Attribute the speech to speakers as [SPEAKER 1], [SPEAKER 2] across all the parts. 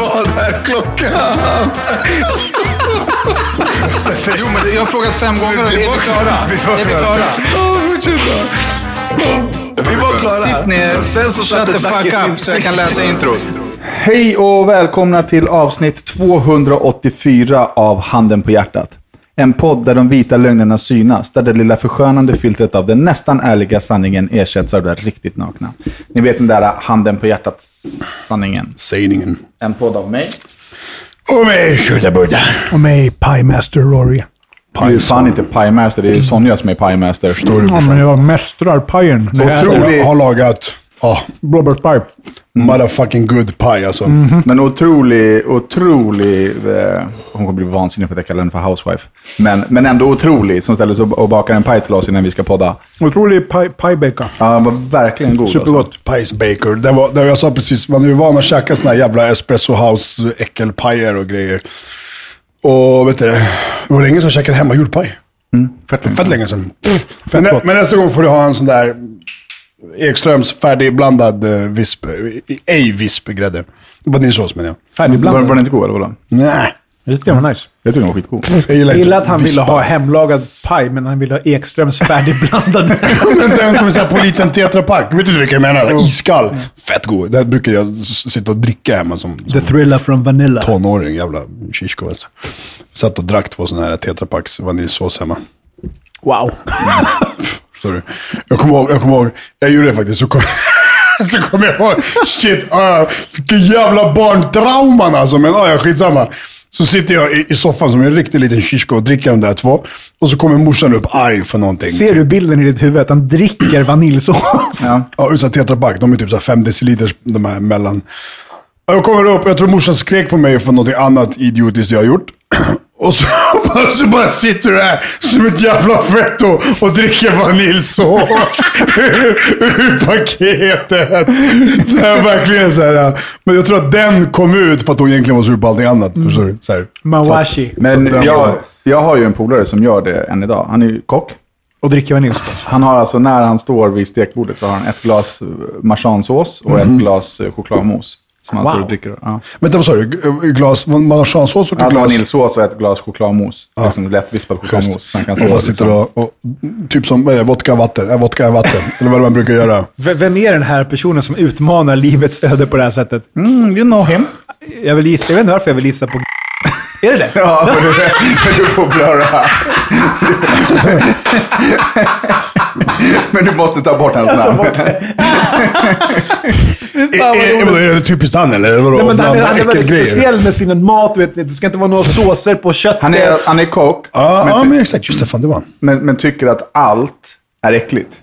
[SPEAKER 1] Vad är klockan?
[SPEAKER 2] Jo, men jag har frågat fem gånger och är vi klara? Är vi klara?
[SPEAKER 1] Ja, fortsätta. Vi var klara.
[SPEAKER 2] Sitt ner,
[SPEAKER 1] Sen så
[SPEAKER 2] shut
[SPEAKER 1] satte
[SPEAKER 2] the fuck
[SPEAKER 1] Dacke
[SPEAKER 2] up
[SPEAKER 1] sin-
[SPEAKER 2] så jag kan läsa introt. Hej och välkomna till avsnitt 284 av Handen på hjärtat. En podd där de vita lögnerna synas, där det lilla förskönande filtret av den nästan ärliga sanningen ersätts av det riktigt nakna. Ni vet den där handen på hjärtat-sanningen.
[SPEAKER 1] Sägningen.
[SPEAKER 2] En podd av mig.
[SPEAKER 1] Och med köttaburda.
[SPEAKER 3] Och mig Pie Master Rory.
[SPEAKER 2] Du är ju fan inte pajmaster, det är ju Sonja som är pajmaster.
[SPEAKER 3] Ja, men jag mästrar pajen. när jag äter.
[SPEAKER 2] Otrolig-
[SPEAKER 1] Otroligt. Har lagat, ja,
[SPEAKER 3] Blåbärspaj.
[SPEAKER 1] motherfucking good pie alltså.
[SPEAKER 3] Mhm.
[SPEAKER 2] Men otrolig, otrolig... Eh, hon kommer bli vansinnig på att jag kallar henne för housewife. Men, men ändå otrolig som ställer sig och och bakar en paj till oss innan vi ska podda.
[SPEAKER 3] Otrolig paj- pajbäcka.
[SPEAKER 2] Ja, den var verkligen god. Alltså.
[SPEAKER 3] Supergott.
[SPEAKER 1] Pies Baker. Det var, det var, jag sa precis, man är ju van att käka såna här jävla espresso house äckelpajer och grejer. Och vet du det, det var länge sedan jag käkade hemmagjord paj.
[SPEAKER 3] Mm,
[SPEAKER 2] Fett
[SPEAKER 1] Fett
[SPEAKER 2] lätt.
[SPEAKER 1] länge sedan. Mm. men, nä-
[SPEAKER 3] gott.
[SPEAKER 1] men nästa gång får du ha en sån där Ekströms färdigblandad eh, visp. eh, Ej vispgrädde. Vaniljsås menar jag.
[SPEAKER 2] alltså. Var,
[SPEAKER 3] Färdigblandad.
[SPEAKER 2] var den inte god eller? vadå?
[SPEAKER 1] Nej,
[SPEAKER 3] Det var nice.
[SPEAKER 2] Jag tycker den var skitgod.
[SPEAKER 1] jag gillar
[SPEAKER 3] Jag
[SPEAKER 1] inte
[SPEAKER 3] gillar att han ville
[SPEAKER 1] vispa.
[SPEAKER 3] ha hemlagad paj, men han ville ha Ekströms färdigblandad.
[SPEAKER 1] men den kommer säga på liten tetrapack. Vet du vilka jag menar? Iskall. Fett god. Den brukar jag s- sitta och dricka hemma som,
[SPEAKER 3] The
[SPEAKER 1] som
[SPEAKER 3] Thriller from Vanilla.
[SPEAKER 1] tonåring. Jävla shishko alltså. Satt och drack två sådana här tetrapacks vaniljsås hemma.
[SPEAKER 3] Wow.
[SPEAKER 1] Förstår du? Jag kommer ihåg, jag kommer ihåg, jag gjorde det faktiskt. Så kom, så kom jag ihåg, shit, ah, vilken jävla barntrauman alltså. Men ah, ja, skitsamma. Så sitter jag i, i soffan som en riktig liten shishko och dricker de där två. Och så kommer morsan upp arg för någonting.
[SPEAKER 3] Ser du bilden i ditt huvud att han dricker vaniljsås?
[SPEAKER 2] Ja.
[SPEAKER 1] Ja, utan Tetra Pak. De är typ 5 deciliters, de här mellan. Jag kommer upp, jag tror morsan skrek på mig för något annat idiotiskt jag har gjort. Och så, så bara sitter du här som ett jävla fetto och dricker vaniljsås ur, ur paketet. Så här, verkligen så här. Men jag tror att den kom ut för att hon egentligen var sur på allting annat. Förstår du? Så här.
[SPEAKER 3] Mawashi.
[SPEAKER 1] Så att-
[SPEAKER 2] Men
[SPEAKER 1] så den
[SPEAKER 2] jag,
[SPEAKER 1] var-
[SPEAKER 2] jag har ju en polare som gör det än idag. Han är ju kock.
[SPEAKER 3] Och dricker vaniljsås.
[SPEAKER 2] Han har alltså, när han står vid stekbordet så har han ett glas eh, marsansås och
[SPEAKER 1] Mm.
[SPEAKER 2] ett glas eh, chokladmos. Som han
[SPEAKER 3] Wow.
[SPEAKER 2] står och dricker. Ja.
[SPEAKER 1] Vänta, vad sa du? Glas, marsansås och
[SPEAKER 2] Alltså
[SPEAKER 1] glas?
[SPEAKER 2] vaniljsås och ett glas chokladmos. Liksom lättvispad chokladmos.
[SPEAKER 1] Just.
[SPEAKER 2] Så han kan
[SPEAKER 1] och
[SPEAKER 2] stå
[SPEAKER 1] bara
[SPEAKER 2] liksom.
[SPEAKER 1] sitter och, och typ som eh, vodka vatten, eh, vodka vatten, eller vad man brukar göra.
[SPEAKER 3] V- vem är den här personen som utmanar livets öde på det här sättet?
[SPEAKER 2] Mm, you know him.
[SPEAKER 3] Jag vill gissa, jag vet inte varför jag vill gissa på Är det det?
[SPEAKER 2] Ja, för du, för du får blöra. Men du måste ta bort hans namn.
[SPEAKER 1] Eh,
[SPEAKER 3] vad
[SPEAKER 1] eh,
[SPEAKER 3] roligt.
[SPEAKER 1] vadå, Är det typiskt han eller? Vadå,
[SPEAKER 3] Nej, men han, är-
[SPEAKER 1] blanda
[SPEAKER 3] han är väldigt
[SPEAKER 1] äckelgrejer?
[SPEAKER 3] speciell med sin mat, vet ni. Det ska inte vara några såser på köttet.
[SPEAKER 2] Han är, han är kock,
[SPEAKER 1] Ja, ja,
[SPEAKER 2] men, ty-
[SPEAKER 1] men typ- exakt. Just det, fan det var han.
[SPEAKER 2] men, men tycker att allt är äckligt.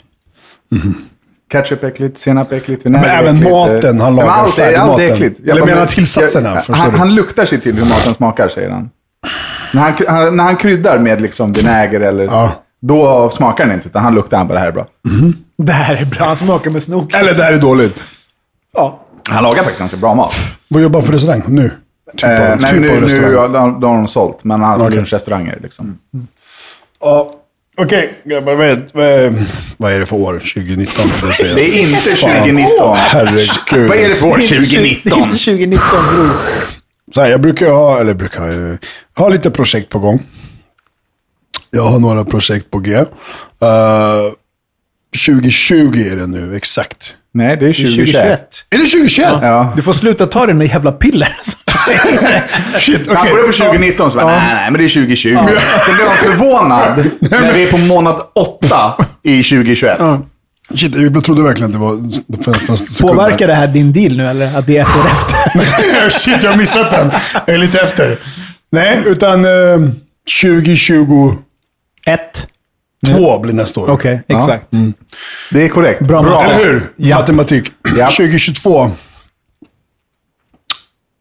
[SPEAKER 2] Ketchup är äckligt, senap är äckligt, vinäger
[SPEAKER 1] Men
[SPEAKER 2] är
[SPEAKER 1] även
[SPEAKER 2] äckligt.
[SPEAKER 1] maten, han
[SPEAKER 2] Men
[SPEAKER 1] lagar
[SPEAKER 2] allt är, allt är
[SPEAKER 1] färdigmaten.
[SPEAKER 2] äckligt.
[SPEAKER 1] Eller
[SPEAKER 2] bara-
[SPEAKER 1] menar tillsatserna,
[SPEAKER 2] jag-
[SPEAKER 1] förstår
[SPEAKER 2] han,
[SPEAKER 1] du?
[SPEAKER 2] han luktar sig till hur maten smakar, säger han. När han, han, när han kryddar med liksom vinäger eller...
[SPEAKER 1] Ja.
[SPEAKER 2] Då smakar den inte, utan han luktar, han bara, det här är bra.
[SPEAKER 3] Det här är bra. Han smakar med snok.
[SPEAKER 1] Eller det här är dåligt.
[SPEAKER 3] Ja.
[SPEAKER 2] Han lagar faktiskt ganska bra mat.
[SPEAKER 1] Vad jobbar han för restaurang nu? Typ av,
[SPEAKER 2] Eh,
[SPEAKER 1] typ
[SPEAKER 2] nej, nu,
[SPEAKER 1] av
[SPEAKER 2] nu
[SPEAKER 1] restaurang.
[SPEAKER 2] har de, de har de sålt, men han har
[SPEAKER 1] Okej.
[SPEAKER 2] lunchrestauranger. Liksom.
[SPEAKER 1] Ja, Okej, grabbar. Vad är, vad är- vad är det för år? 2019? vill jag säga.
[SPEAKER 2] Det är inte 2019.
[SPEAKER 1] Åh, herregud.
[SPEAKER 2] Vad är det för år
[SPEAKER 3] Inte tjugo-
[SPEAKER 2] 2019?
[SPEAKER 3] Inte 2019, bror.
[SPEAKER 1] Så här, jag brukar ju ha, eller brukar ha, eh, ha lite projekt på gång. Jag har några projekt på G. Eh, 2020 är det nu, exakt.
[SPEAKER 2] Nej, det är 2021.
[SPEAKER 3] 2021.
[SPEAKER 1] Är det 2021?
[SPEAKER 2] Ja.
[SPEAKER 3] Du får sluta ta dina jävla piller.
[SPEAKER 1] Shit,
[SPEAKER 2] Han
[SPEAKER 1] okej.
[SPEAKER 2] började på 2019 och så bara, nej, nej, men det är 2020. Sen blev han förvånad när vi är på månad 8 i 2021.
[SPEAKER 1] Shit, jag trodde verkligen att det var för, för en sekund.
[SPEAKER 3] Påverkar det här din deal nu, eller? Att det är ett år efter?
[SPEAKER 1] Shit, jag har missat den. Jag är lite efter. Nej, utan eh, 2022
[SPEAKER 3] Ett.
[SPEAKER 1] blir nästa år.
[SPEAKER 3] Okej, exakt.
[SPEAKER 2] Mm. Det är korrekt.
[SPEAKER 3] Bra.
[SPEAKER 1] Eller hur?
[SPEAKER 2] Ja.
[SPEAKER 1] Matematik.
[SPEAKER 2] Ja.
[SPEAKER 1] 2022.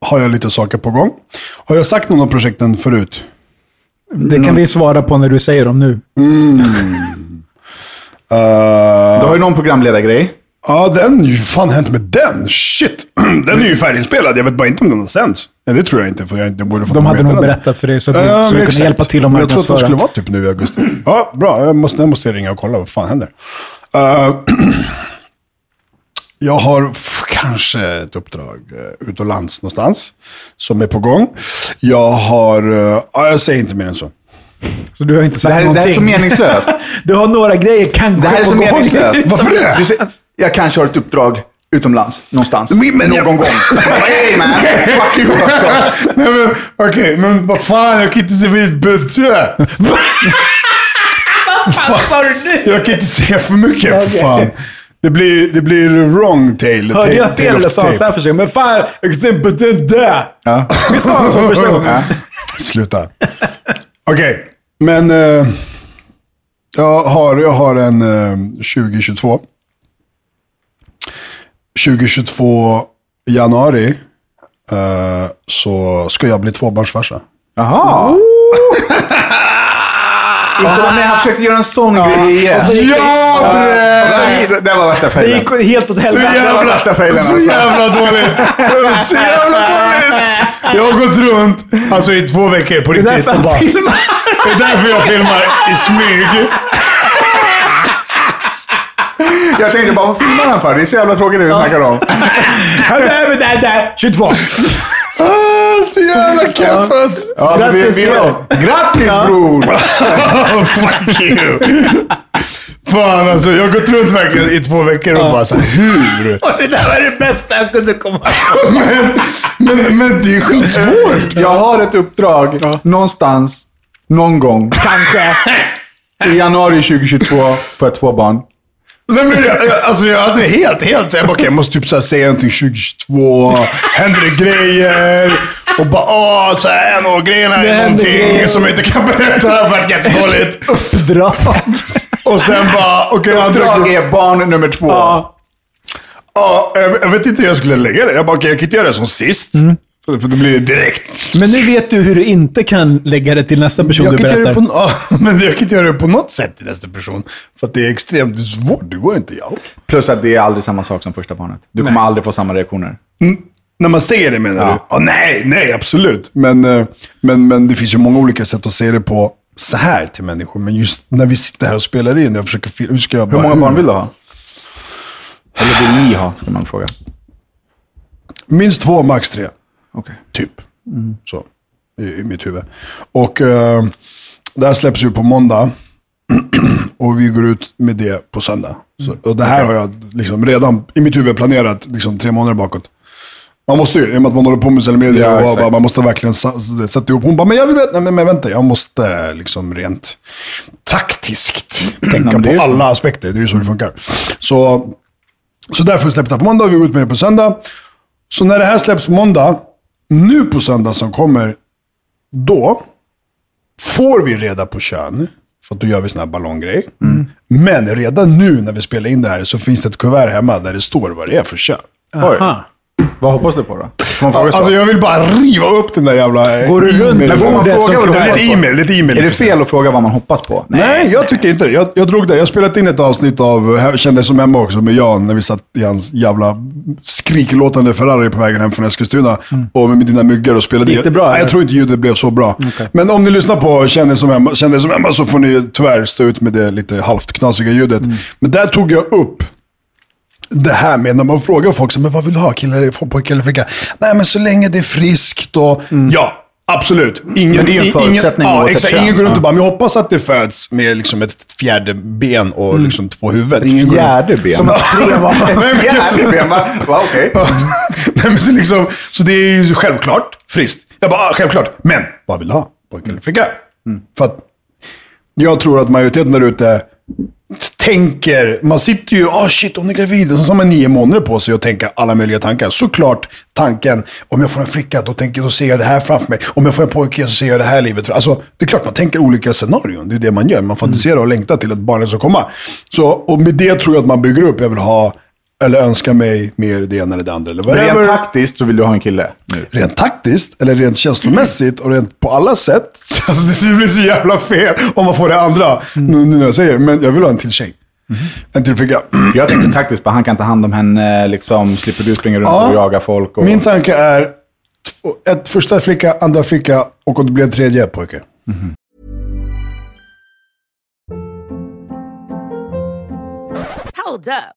[SPEAKER 1] har jag lite saker på gång. Har jag sagt någon av projekten förut?
[SPEAKER 3] Det
[SPEAKER 2] Mm.
[SPEAKER 3] kan vi svara på när du säger dem nu.
[SPEAKER 2] Du har ju någon programledargrej.
[SPEAKER 1] Ja, den, ju fan hänt med den? Shit! Den är ju färdiginspelad, jag vet bara inte om den har sänts. Ja, det tror jag inte, för jag inte borde fått
[SPEAKER 3] De hade
[SPEAKER 1] veta
[SPEAKER 3] nog
[SPEAKER 1] den.
[SPEAKER 3] berättat för dig så att
[SPEAKER 1] Ja,
[SPEAKER 3] du,
[SPEAKER 1] men
[SPEAKER 3] så du
[SPEAKER 1] exakt.
[SPEAKER 3] kunde hjälpa till och
[SPEAKER 1] Men Jag tror att den
[SPEAKER 3] marknadsföra.
[SPEAKER 1] skulle vara typ nu i augusti. Ja, bra. Jag måste, jag måste ringa och kolla vad fan händer. Eh, jag har f- kanske ett uppdrag uh, utomlands någonstans som är på gång. Jag har... eh, ja, jag säger inte mer än så.
[SPEAKER 3] Så du har inte
[SPEAKER 2] Det
[SPEAKER 3] sagt
[SPEAKER 2] här, det här är så
[SPEAKER 3] någonting.
[SPEAKER 2] meningslöst.
[SPEAKER 3] du har några grejer kanske
[SPEAKER 2] Det här är så
[SPEAKER 3] på gång.
[SPEAKER 2] meningslöst.
[SPEAKER 1] Varför det?
[SPEAKER 2] Du säger, jag kanske har ett uppdrag utomlands, någonstans,
[SPEAKER 1] Men- men
[SPEAKER 2] någon
[SPEAKER 1] jag-
[SPEAKER 2] gång. Hey man, fuck you alltså.
[SPEAKER 1] Nej, men okej, men vad fan, jag kan inte se mitt budget.
[SPEAKER 3] Vad sa du nu?
[SPEAKER 1] Jag kan inte säga för mycket, för
[SPEAKER 3] Okej.
[SPEAKER 1] fan. Det blir, det blir wrong tale.
[SPEAKER 3] Hörde
[SPEAKER 1] tale-
[SPEAKER 3] jag
[SPEAKER 1] tale
[SPEAKER 3] fel
[SPEAKER 1] of
[SPEAKER 3] eller sa han
[SPEAKER 1] tape.
[SPEAKER 3] så här för sig? Men fan, jag kan inte det där.
[SPEAKER 2] Ja.
[SPEAKER 3] Vi sa han så första gången.
[SPEAKER 1] Sluta. Okej, men eh, jag, har, jag har en eh, 2022. 2022 januari eh, så ska jag bli tvåbarnsfarsa.
[SPEAKER 2] Jaha. Inte om jag försökte göra en sån grej igen.
[SPEAKER 3] så gick-
[SPEAKER 1] Ja, bre!
[SPEAKER 2] Värst- Det var värsta
[SPEAKER 3] Det
[SPEAKER 2] failen.
[SPEAKER 3] gick helt åt
[SPEAKER 1] Så
[SPEAKER 3] helvete.
[SPEAKER 2] Det var
[SPEAKER 1] jävla,
[SPEAKER 2] värsta failen
[SPEAKER 1] så
[SPEAKER 2] alltså.
[SPEAKER 1] jävla dåligt. Det var Så jävla dåligt. Jag har gått runt alltså, i två veckor på
[SPEAKER 3] Det är
[SPEAKER 1] riktigt.
[SPEAKER 3] därför
[SPEAKER 1] och bara-
[SPEAKER 3] han filmar.
[SPEAKER 1] Det är därför jag filmar i smyg.
[SPEAKER 2] Jag tänkte bara, vad filmar han för? Det är så jävla tråkigt det vi snackar om.
[SPEAKER 3] Han är där, där, 22.
[SPEAKER 1] Ah, så jävla keff alltså.
[SPEAKER 2] Ja, men vi-
[SPEAKER 3] Grattis,
[SPEAKER 2] vi-
[SPEAKER 3] bror.
[SPEAKER 2] Grattis bror!
[SPEAKER 1] Oh, fuck you! Fan alltså, jag har gått runt verkligen i två veckor och bara så här, hur?
[SPEAKER 3] Det där var det bästa jag kunde komma på.
[SPEAKER 1] Men, men, men det är skitsvårt!
[SPEAKER 2] Jag har ett uppdrag någonstans, någon gång,
[SPEAKER 3] Kanske.
[SPEAKER 2] i januari 2022 får jag två barn.
[SPEAKER 1] Nej, men jag, jag, alltså, jag hade helt, helt såhär, okej jag måste typ så här, säga någonting 2022, händer det grejer? Och bara, åh, så här, en av grejerna
[SPEAKER 3] Det
[SPEAKER 1] är
[SPEAKER 3] händer
[SPEAKER 1] någonting
[SPEAKER 3] grejer.
[SPEAKER 1] som jag inte kan berätta, det har varit jättedåligt.
[SPEAKER 3] Dra.
[SPEAKER 1] Och sen bara, okej andra
[SPEAKER 2] Uppdrag
[SPEAKER 1] grejer.
[SPEAKER 2] är barn nummer två.
[SPEAKER 3] Ja.
[SPEAKER 1] Ja, jag, jag vet inte hur jag skulle lägga det. Jag bara, okej jag kan inte göra det som sist. För för det blir direkt
[SPEAKER 3] Men nu vet du hur du inte kan lägga det till nästa person
[SPEAKER 1] jag
[SPEAKER 3] du
[SPEAKER 1] kan inte göra
[SPEAKER 3] berättar.
[SPEAKER 1] det på, ja, men jag kan inte göra det på något sätt till nästa person. För att det är extremt svårt. Det går inte. Ja.
[SPEAKER 2] Plus att det är aldrig samma sak som första barnet. Du kommer aldrig få samma reaktioner.
[SPEAKER 1] När man säger det menar
[SPEAKER 2] Ja.
[SPEAKER 1] du? Ja, nej, nej, absolut. Men, eh, men, men det finns ju många olika sätt att säga det på så här till människor. Men just när vi sitter här och spelar in, jag försöker fil- hur ska jag
[SPEAKER 2] Hur
[SPEAKER 1] bara-
[SPEAKER 2] många barn vill du ha? Eller vill ni ha, ska man fråga.
[SPEAKER 1] Minst två, max tre.
[SPEAKER 2] Okej.
[SPEAKER 1] Typ.
[SPEAKER 2] Mm.
[SPEAKER 1] Så. I, I mitt huvud. Och eh, det här släpps ju på måndag. Och vi går ut med det på söndag.
[SPEAKER 2] Mm.
[SPEAKER 1] Så, och det här har jag liksom redan i mitt huvud planerat liksom, tre månader bakåt. Man måste ju, i och med att man håller på med sociala medier,
[SPEAKER 2] Ja,
[SPEAKER 1] och
[SPEAKER 2] exakt.
[SPEAKER 1] bara, man måste verkligen sa- sätta ihop. Hon bara, men jag vill veta, nej, men, men vänta, jag måste liksom rent taktiskt tänka
[SPEAKER 2] Mm. men det är
[SPEAKER 1] på
[SPEAKER 2] ju så.
[SPEAKER 1] alla aspekter. Det är ju så det funkar. Så, så därför släpps det här på måndag och vi går ut med det på söndag. Så när det här släpps på måndag, nu på söndag som kommer, då får vi reda på kön. För att då gör vi sån här ballonggrej.
[SPEAKER 2] Mm.
[SPEAKER 1] Men redan nu när vi spelar in det här så finns det ett kuvert hemma där det står vad det är för kön.
[SPEAKER 3] Aha.
[SPEAKER 2] Vad hoppas du på då? Får man fråga så?
[SPEAKER 1] Alltså jag vill bara riva upp den där jävla eh,
[SPEAKER 3] Går du runt med
[SPEAKER 1] e-mailen.
[SPEAKER 3] bordet
[SPEAKER 1] Får man
[SPEAKER 3] som
[SPEAKER 1] fråga vad det
[SPEAKER 3] kuvert?
[SPEAKER 1] är? Lite e-mail, lite e-mail.
[SPEAKER 2] Är det fel att fråga vad man hoppas på?
[SPEAKER 1] Nej, jag tycker inte det. Jag, jag drog det. Jag har spelat in ett avsnitt av eh, Kändes som hemma också med Jan när vi satt i hans jävla skriklåtande Ferrari på vägen hem från Eskilstuna. Och med dina myggar och spelade.
[SPEAKER 3] Mm. Gick det bra,
[SPEAKER 1] Jag, Nej, jag
[SPEAKER 3] eller?
[SPEAKER 1] tror inte ljudet blev så bra. Men om ni lyssnar på Kändes som hemma, Kändes som hemma så får ni tyvärr stå ut med det lite halvt knasiga ljudet.
[SPEAKER 3] Mm.
[SPEAKER 1] Men där tog jag upp det här med när man frågar folk, så, men vad vill du ha, killar, pojkar eller flicka? Nej, men så länge det är friskt och... Ja, absolut. Ingen,
[SPEAKER 2] Mm. Men det är ju en
[SPEAKER 1] i-
[SPEAKER 2] förutsättning
[SPEAKER 1] ingen, ja,
[SPEAKER 2] oavsett
[SPEAKER 1] exakt,
[SPEAKER 2] kön.
[SPEAKER 1] ingen går runt
[SPEAKER 2] Ja.
[SPEAKER 1] och bara, men jag hoppas att det föds med liksom ett fjärde ben och liksom två huvuden. Ingen går runt-
[SPEAKER 2] Fjärde Mm. ben.
[SPEAKER 3] Som att tre var...
[SPEAKER 1] Nej, men jag-
[SPEAKER 2] Fjärde ben, va? Va, okej.
[SPEAKER 1] Nej, men så, liksom, så det är ju självklart friskt. Jag bara, ah, självklart. Men vad vill du ha? Pojke eller flicka?
[SPEAKER 2] Mm.
[SPEAKER 1] För att jag tror att majoriteten där ute tänker, man sitter ju, ah shit, hon är gravid. Och så har man nio månader på sig att tänka alla möjliga tankar. Såklart tanken, om jag får en flicka, då, tänker, då ser jag det här framför mig. Om jag får en pojke så ser jag det här livet. fram- Alltså, det är klart man tänker olika scenarion. Det är det man gör. Man fantiserar och längtar till att barnet ska komma. Så, och med det tror jag att man bygger upp, jag vill ha Eller önskar mig mer det ena eller det andra. Eller
[SPEAKER 4] Men
[SPEAKER 1] whatever.
[SPEAKER 4] Rent taktiskt så vill du ha en kille nu.
[SPEAKER 1] rent taktiskt, eller rent känslomässigt och rent på alla sätt. Alltså, det blir så jävla fel om man får det andra, nu, nu när jag säger det. Men jag vill ha en till tjej. En till flicka.
[SPEAKER 4] Jag tänkte taktiskt på han kan ta hand om henne, liksom, slipper du springa runt
[SPEAKER 1] Ja.
[SPEAKER 4] och jaga folk. Och...
[SPEAKER 1] Min tanke är två- ett första flicka, andra flicka och om det blir en tredje pojke.
[SPEAKER 5] Hold up.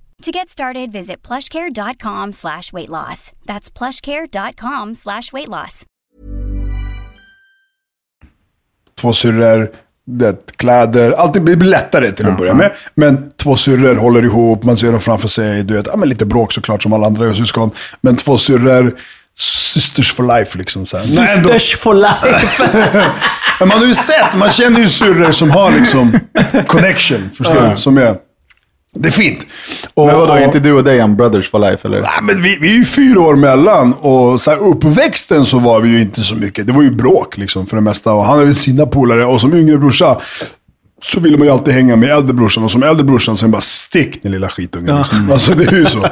[SPEAKER 6] To get started, visit plushcare.com slash weight loss. That's plushcare.com slash weight loss.
[SPEAKER 1] Två syrror, det, kläder, allt det blir lättare till att börja med. Men två syrror håller ihop, man ser dem framför sig. Du vet, ja, men lite bråk såklart som alla andra syskon. Men två syrror, sisters for life liksom. Så här. Nej, ändå-
[SPEAKER 3] Sisters for life!
[SPEAKER 1] Men man har ju sett, man känner ju syrror som har liksom connection, förstår du? Som är... Det är fint. Och,
[SPEAKER 4] Men vadå,
[SPEAKER 1] och,
[SPEAKER 4] är inte du och dig en brothers for life eller?
[SPEAKER 1] Nej, men vi, vi är ju fyra år mellan och så här, uppväxten så var vi ju inte så mycket. Det var ju bråk liksom för det mesta och han hade sina polare och som yngre brorsa så ville man ju alltid hänga med äldre brorsan och som äldre brorsan så är det bara stick din lilla skitungen. Liksom. Alltså det är ju så.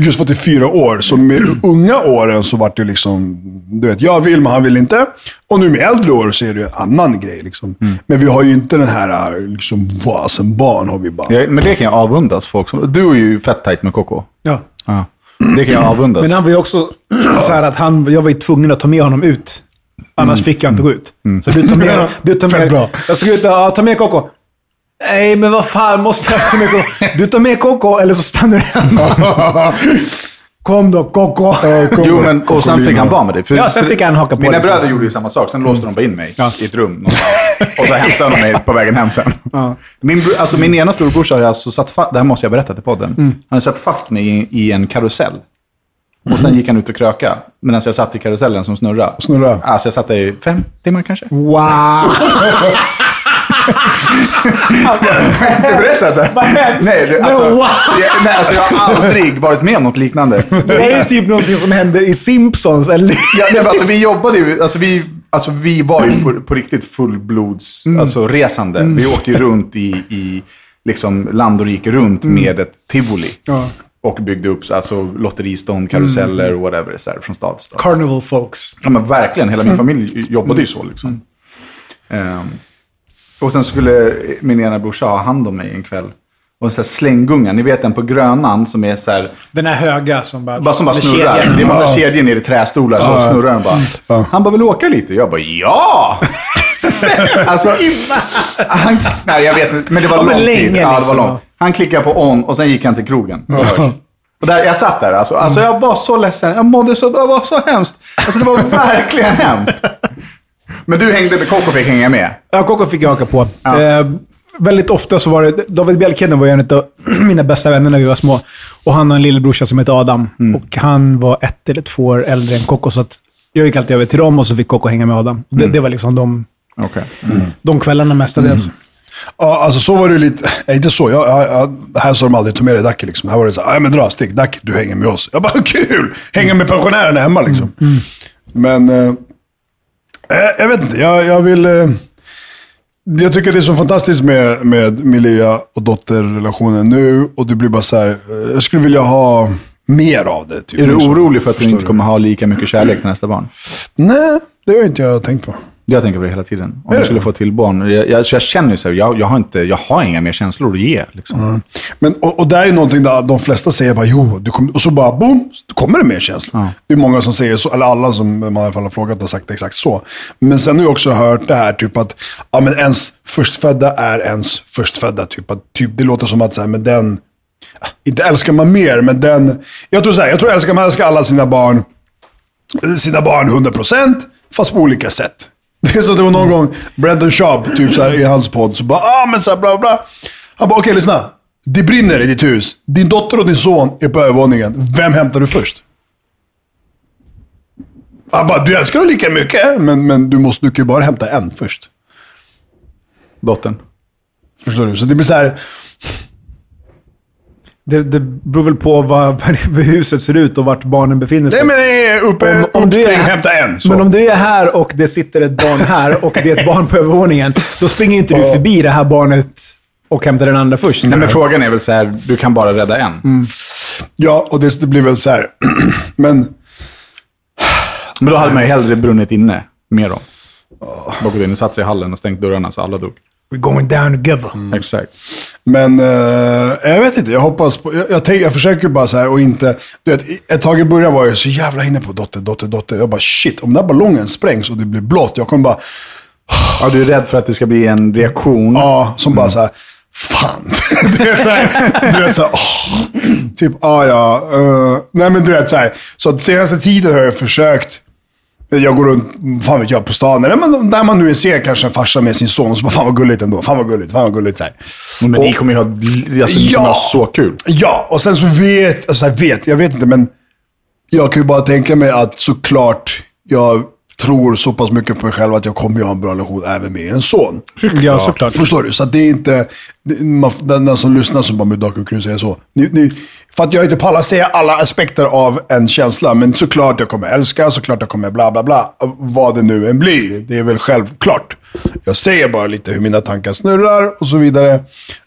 [SPEAKER 1] Just för att det är fyra år, så med unga åren så vart det liksom, du vet, jag vill men han vill inte. Och nu med äldre år så är det ju en annan grej liksom.
[SPEAKER 4] Mm.
[SPEAKER 1] Men vi har ju inte den här, äh, liksom, va, sen barn har vi bara.
[SPEAKER 4] Ja, men det kan jag avundas folk. Som... Du är ju fett tajt med KK.
[SPEAKER 3] ja.
[SPEAKER 4] Ja. Det kan jag avundas.
[SPEAKER 3] Men han var ju också så här att han, jag var ju tvungen att ta med honom ut. Annars fick jag inte gå ut. Så du tar med... Du tar
[SPEAKER 1] Fett
[SPEAKER 3] med
[SPEAKER 1] bra.
[SPEAKER 3] Jag ska ut, ja, ta med Koko. Nej, men vad fan, måste jag ta med Koko? Du tar med Koko eller så stannar du hemma. Kom då, Koko.
[SPEAKER 1] Eh,
[SPEAKER 4] Jo, men, och sen fick han vara med dig. För
[SPEAKER 3] Ja, sen fick han haka på Mm.
[SPEAKER 4] Mina
[SPEAKER 3] liksom.
[SPEAKER 4] bröder gjorde ju samma sak. Sen låste de bara in mig i ett rum någonstans. Och så hämtade de mig på vägen hem sen. Min, bro- alltså, min ena storebrorsa har alltså satt fast, det här måste jag berätta till podden.
[SPEAKER 3] Mm.
[SPEAKER 4] Han har satt fast mig i, i en karusell. Och sen gick han ut och kröka. Medan jag satt i karusellen som snurrade.
[SPEAKER 1] Snurra.
[SPEAKER 4] Alltså jag satt där i fem timmar kanske.
[SPEAKER 3] Wow!
[SPEAKER 4] Inte på det sättet. Nej, det- alltså,
[SPEAKER 3] Men wow!
[SPEAKER 4] jag, nej, alltså jag har aldrig varit med om något liknande.
[SPEAKER 3] Det är ju typ någonting som händer i Simpsons, eller?
[SPEAKER 4] Ja, nej, men alltså, vi jobbade ju, alltså vi, alltså, vi var ju på, på riktigt fullblods alltså, resande. Vi åkte ju runt i, i liksom, land och rike runt med ett tivoli.
[SPEAKER 3] Ja.
[SPEAKER 4] Och byggde upp alltså, lotteristånd, karuseller och whatever, så här, från stad till stad.
[SPEAKER 3] Carnival folks.
[SPEAKER 4] Ja, men verkligen, hela min familj jobbade ju så. Liksom. Ehm, och sen skulle min ena brorsa ha hand om mig en kväll. Och en sån här slänggunga, ni vet den på Grönan som är så här
[SPEAKER 3] Den här höga som bara...
[SPEAKER 4] bara som bara
[SPEAKER 3] med
[SPEAKER 4] snurrar.
[SPEAKER 3] kedjan.
[SPEAKER 4] Det är massa kedjor ner i trästolar, så snurrar den bara. Han bara, vill du åka lite? Jag bara, ja! alltså, han, nej, jag vet inte. Men det var
[SPEAKER 3] Ja, men
[SPEAKER 4] lång tid.
[SPEAKER 3] länge
[SPEAKER 4] Ja, det var
[SPEAKER 3] liksom.
[SPEAKER 4] långt. Han klickade på on och sen gick han till krogen. Och där, jag satt där alltså. alltså. Jag var så ledsen. Jag mådde så, det var så hemskt. Alltså det var verkligen hemskt. Men du hängde med Coco fick hänga med.
[SPEAKER 3] Ja, Koko fick jag haka på. Eh, väldigt ofta så var det... David Bjelkheden var ju en av mina bästa vänner när vi var små. Och han har en lillebrorsa som heter Adam.
[SPEAKER 1] Mm.
[SPEAKER 3] Och han var ett eller två år äldre än Koko, så att jag gick alltid över till dem och så fick Koko hänga med Adam. Det,
[SPEAKER 1] Mm.
[SPEAKER 3] det var liksom de,
[SPEAKER 4] Okej.
[SPEAKER 3] de kvällarna mestadels.
[SPEAKER 1] Mm. Ja, alltså så var det ju lite. Nej, inte så. Jag, jag, jag, här sa de aldrig, ta med dig Dacke liksom. Här var det så här, "Ja, men dra, stick. Dacke, du hänger med oss. Jag bara, kul! Hänga med pensionärerna hemma liksom.
[SPEAKER 4] Mm,
[SPEAKER 1] Men, eh, jag- jag vet inte. Jag, jag vill... Eh, jag tycker det är så fantastiskt med, med Milia och dotterrelationen nu. Och det blir bara så här, eh, jag skulle vilja ha mer av det. Typ,
[SPEAKER 4] Är du
[SPEAKER 3] Mm.
[SPEAKER 1] liksom.
[SPEAKER 4] orolig för att du
[SPEAKER 1] Förstår
[SPEAKER 4] inte kommer ha lika mycket kärlek till nästa barn?
[SPEAKER 1] Nej, det har inte jag tänkt på.
[SPEAKER 4] Jag tänker på det hela tiden. Om jag skulle få till barn. Jag, jag, så jag känner ju så här, jag, jag, har inte, jag har inga mer känslor att ge. Liksom.
[SPEAKER 1] Mm. Men, och, och där är någonting där de flesta säger bara jo, du kommer, och så bara boom, då kommer det mer känslor. Det är många som säger så, eller alla som man i alla fall har frågat har sagt exakt så. Men sen har jag också hört det här typ att ja, men ens förstfödda är ens förstfödda. Typ, att, typ, det låter som att så här, men den, inte älskar man mer, men den, jag tror så här, jag tror älskar man älskar alla sina barn eh, sina barn 100% fast på olika sätt. Det är så att det var någon gång Brandon Schaub, typ så här, i hans podd, så bara ah men så här, bla bla. Han bara okej lyssna. Det brinner i ditt hus. Din dotter och din son är på övervåningen. Vem hämtar du först? Han bara, du älskar dem lika mycket, men, men du, måste, du kan ju bara hämta en först.
[SPEAKER 4] Dottern.
[SPEAKER 1] Förstår du? Så det blir så här,
[SPEAKER 3] Det, det beror väl på vad, hur huset ser ut och vart barnen befinner sig.
[SPEAKER 1] nej men eh, nej, uppe,
[SPEAKER 3] Om- om du är-
[SPEAKER 1] uppspring, hämta en. Så.
[SPEAKER 3] Men om du är här och det sitter ett barn här och det är ett barn på övervåningen, då springer inte du förbi det här barnet och hämtar den andra först.
[SPEAKER 4] Nej, men frågan är väl så här, du kan bara rädda en.
[SPEAKER 1] Mm. Ja, och det, det blir väl så här, men
[SPEAKER 4] Men då hade man ju hellre brunnit inne med dem. Bakom inne, satt sig i hallen och stängt dörrarna så alla dog.
[SPEAKER 3] We're going down together.
[SPEAKER 1] Mm.
[SPEAKER 4] Exakt.
[SPEAKER 1] Men eh, jag vet inte, jag hoppas på, jag, jag, tänker, jag försöker bara så här och inte, du vet, i- ett tag i början var jag så jävla inne på dotter, dotter, dotter. Jag bara shit, om den här ballongen sprängs och det blir blått, jag kommer bara,
[SPEAKER 4] Ja, du är rädd för att det ska bli en reaktion.
[SPEAKER 1] ja, som bara så här, fan. du vet så här, du vet så här, åh. typ, ah, ja, eh, nej men du vet så här. Så att senaste tiden har jag försökt, jag går runt, fan vet jag, på stan, eller men, där man nu ser kanske en farsa med sin son, så bara fan vad gulligt ändå, fan vad gulligt, fan vad gulligt. Så här.
[SPEAKER 4] Men ni
[SPEAKER 1] Och-
[SPEAKER 4] kommer ju ha, alltså, ni kommer ha så kul.
[SPEAKER 1] Ja, och sen så vet, alltså så här vet, jag vet inte, men jag kan ju bara tänka mig att såklart jag tror så pass mycket på mig själv att jag kommer ju ha en bra relation även med en son.
[SPEAKER 3] Ja, såklart.
[SPEAKER 1] Förstår du? Så att det är inte, det- man, den, den som lyssnar som bara, men Daku, kan du säga så? Ni, ni, för att jag inte pallar säga alla aspekter av en känsla, men såklart jag kommer älska, såklart jag kommer bla bla bla. Vad det nu än blir, det är väl självklart. Jag säger bara lite hur mina tankar snurrar och så vidare.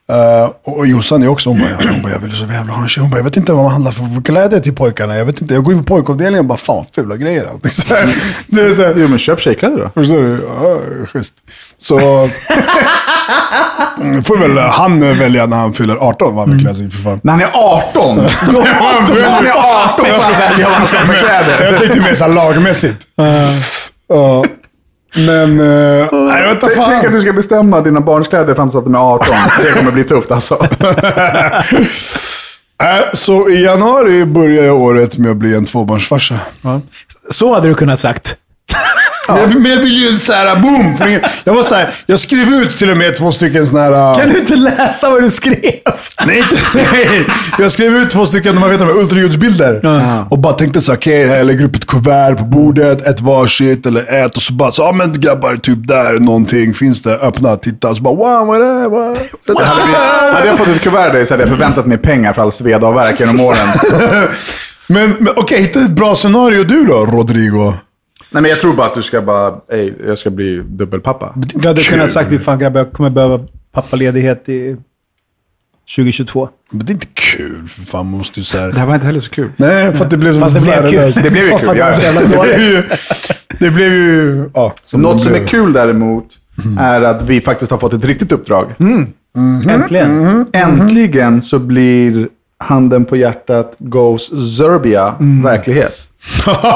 [SPEAKER 1] Eh, och, och Jossan är också, hon bara, ja, hon bara, jag vill så jävla ha en tjej. Hon bara, jag vet inte vad man handlar för kläder till pojkarna. Jag vet inte, jag går in på pojkavdelningen och bara, fan vad fula grejer allting. Så här, det är så här,
[SPEAKER 4] Jo, men köp tjejkläder då.
[SPEAKER 1] Förstår du? Ja, schysst. Så... Mm, får väl han välja när han fyller 18 vad han vill klä sig i, för fan.
[SPEAKER 4] När han är 18! När han är 18 får han välja vad han ska ha för kläder.
[SPEAKER 1] Jag tänkte mer såhär lagmässigt. Ja. Men... eh, nej, jag vet inte
[SPEAKER 4] Tänk- Tänk att
[SPEAKER 1] fan.
[SPEAKER 4] du ska bestämma dina barns kläder fram till att de är 18. Det kommer bli tufft alltså.
[SPEAKER 1] Äh, Så i januari börjar jag året med att bli en tvåbarnsfarsa.
[SPEAKER 3] Så hade du kunnat sagt.
[SPEAKER 1] Men jag- Men jag vill ju såhär, boom! för ingen- Jag var såhär, jag skrev ut till och med två stycken såna här...
[SPEAKER 3] Kan du inte läsa vad du skrev?
[SPEAKER 1] Nej, inte- nej, jag skrev ut två stycken, man vet de här ultraljudsbilder. Och bara tänkte så här, okej, här jag lägger upp ett kuvert på bordet, ett varsitt eller ett. Och så bara, så, ja men grabbar, typ där någonting finns det, öppna, titta. Så bara, wow, vad är det? Wow.
[SPEAKER 4] Hade, vi, hade jag fått ett kuvert där så hade jag förväntat mig pengar för all sveda och värk genom åren.
[SPEAKER 1] Men, men okej, hitta ett bra scenario du då, Rodrigo.
[SPEAKER 4] Nej, men jag tror bara att du ska bara, ej, jag ska bli dubbelpappa.
[SPEAKER 3] Du hade kunnat sagt att fan grabbar, jag kommer behöva pappaledighet i 2022.
[SPEAKER 1] Men det är inte kul, för fan man måste ju så här...
[SPEAKER 4] här var inte heller så kul.
[SPEAKER 1] Nej, för att det blev
[SPEAKER 3] Fast
[SPEAKER 1] så
[SPEAKER 3] det blev
[SPEAKER 1] värdelöst.
[SPEAKER 3] kul.
[SPEAKER 4] Det blev ju
[SPEAKER 3] Ja,
[SPEAKER 4] kul,
[SPEAKER 3] för att
[SPEAKER 4] ja.
[SPEAKER 3] det var så jävla
[SPEAKER 1] Det blev
[SPEAKER 3] dåligt.
[SPEAKER 1] ju... Det blev ju... Ja,
[SPEAKER 4] Något
[SPEAKER 1] det
[SPEAKER 4] som
[SPEAKER 1] blev.
[SPEAKER 4] är kul däremot är att vi faktiskt har fått ett riktigt uppdrag.
[SPEAKER 3] Äntligen.
[SPEAKER 4] Mm. Äntligen så blir handen på hjärtat Goes Zerbia verklighet.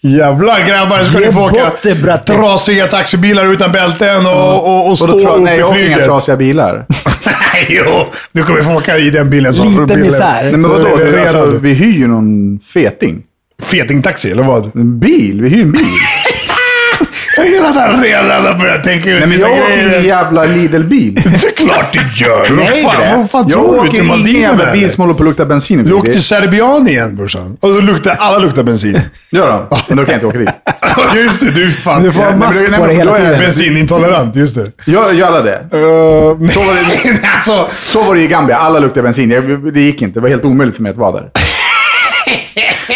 [SPEAKER 1] Jävlar grabbar ska
[SPEAKER 3] Ge
[SPEAKER 1] ni få åka
[SPEAKER 3] bort det, bratte.
[SPEAKER 1] trasiga taxibilar utan bälten och, och, och
[SPEAKER 4] Och då
[SPEAKER 1] stå
[SPEAKER 4] tra-
[SPEAKER 1] upp
[SPEAKER 4] nej,
[SPEAKER 1] i
[SPEAKER 4] jag åker inga
[SPEAKER 1] flyget.
[SPEAKER 4] trasiga bilar.
[SPEAKER 1] nej, jo. Du kommer få åka i den bilen. som-
[SPEAKER 3] Liten
[SPEAKER 1] bilen.
[SPEAKER 3] misär.
[SPEAKER 4] nej, men vadå?
[SPEAKER 1] Då är det
[SPEAKER 4] Du, alltså,
[SPEAKER 1] redan.
[SPEAKER 4] vi hyr ju någon feting.
[SPEAKER 1] Fetingtaxi, eller vad?
[SPEAKER 4] En bil? Vi hyr en bil.
[SPEAKER 1] Jag gillar den redan och börjar tänka
[SPEAKER 4] nej,
[SPEAKER 1] ut
[SPEAKER 4] men
[SPEAKER 1] vissa
[SPEAKER 4] jag åker i en
[SPEAKER 1] grejer.
[SPEAKER 4] jävla Lidl-bil.
[SPEAKER 1] Det är klart du gör. Vad
[SPEAKER 4] det.
[SPEAKER 1] fan, vad fan
[SPEAKER 4] jag
[SPEAKER 1] tror du?
[SPEAKER 4] åker
[SPEAKER 1] Till
[SPEAKER 4] i en
[SPEAKER 1] Maldiverna?
[SPEAKER 4] jävla bil
[SPEAKER 1] eller?
[SPEAKER 4] som håller på att lukta bensin. i mig.
[SPEAKER 1] Luktar
[SPEAKER 4] Det-
[SPEAKER 1] Serbian igen brorsan. Och då luktar, alla luktar bensin.
[SPEAKER 4] Gör de? Men då kan jag inte åka dit.
[SPEAKER 1] ja, just det. Du är fan...
[SPEAKER 3] Du får ha
[SPEAKER 1] Nej, men
[SPEAKER 3] mask
[SPEAKER 1] du- nej,
[SPEAKER 3] på
[SPEAKER 1] men
[SPEAKER 3] dig hela
[SPEAKER 1] då är jag
[SPEAKER 3] tiden.
[SPEAKER 1] Bensinintolerant, just det.
[SPEAKER 4] Gör, gör alla det?
[SPEAKER 1] Uh, så var
[SPEAKER 4] det-
[SPEAKER 1] alltså,
[SPEAKER 4] Så var det i Gambia. Alla luktade bensin. Jag, det gick inte. Det var helt omöjligt för mig att vara där.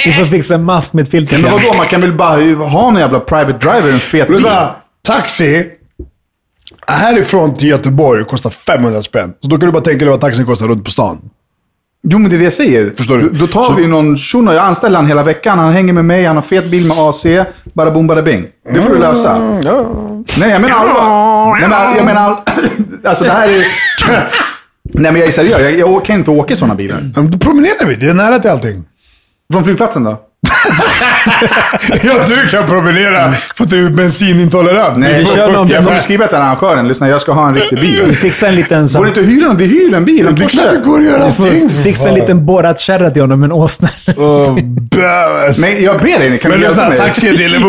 [SPEAKER 3] Vi får fixa en mask med ett filter.
[SPEAKER 4] Men vadå? Man kan väl bara ha en jävla private driver i en fet bil?
[SPEAKER 1] Lyssna, taxi härifrån till Göteborg kostar 500 spänn. Så då kan du bara tänka dig vad taxin kostar runt på stan.
[SPEAKER 4] Jo, men det är det jag säger.
[SPEAKER 1] Förstår du?
[SPEAKER 4] Då, då tar
[SPEAKER 1] Så-
[SPEAKER 4] vi någon shuno, jag anställer han hela veckan, han hänger med mig, han har fet bil med AC, bara boom, bara bing. Det får du lösa.
[SPEAKER 1] Mm,
[SPEAKER 4] Nej, jag menar allvar. Nej, men, jag menar, alltså det här är... Nej, men jag är seriös. Jag, jag kan inte åka i sådana bilar.
[SPEAKER 1] Men Då promenerar vi. Det är nära till allting.
[SPEAKER 4] Från flygplatsen då?
[SPEAKER 1] ja, du kan promenera för att du är bensinintolerant.
[SPEAKER 4] Nej,
[SPEAKER 3] Vi kör någon-
[SPEAKER 4] jag kommer skriva till arrangören. Lyssna, jag ska ha en riktig
[SPEAKER 3] Vi
[SPEAKER 4] bil.
[SPEAKER 3] fixar en liten... så
[SPEAKER 4] Går det
[SPEAKER 3] här-
[SPEAKER 4] inte att hyra en bil? Hyr en bil. en
[SPEAKER 1] Det är klart
[SPEAKER 4] Porsche.
[SPEAKER 1] det går att göra allting. för
[SPEAKER 3] Fixa en
[SPEAKER 1] fan.
[SPEAKER 3] liten borrat-kärra till honom, en åsna.
[SPEAKER 1] Åh, bös.
[SPEAKER 4] Men jag ber dig, kan
[SPEAKER 1] Men
[SPEAKER 4] du hjälpa
[SPEAKER 1] lyssna,
[SPEAKER 4] mig?
[SPEAKER 1] taxiavdelningen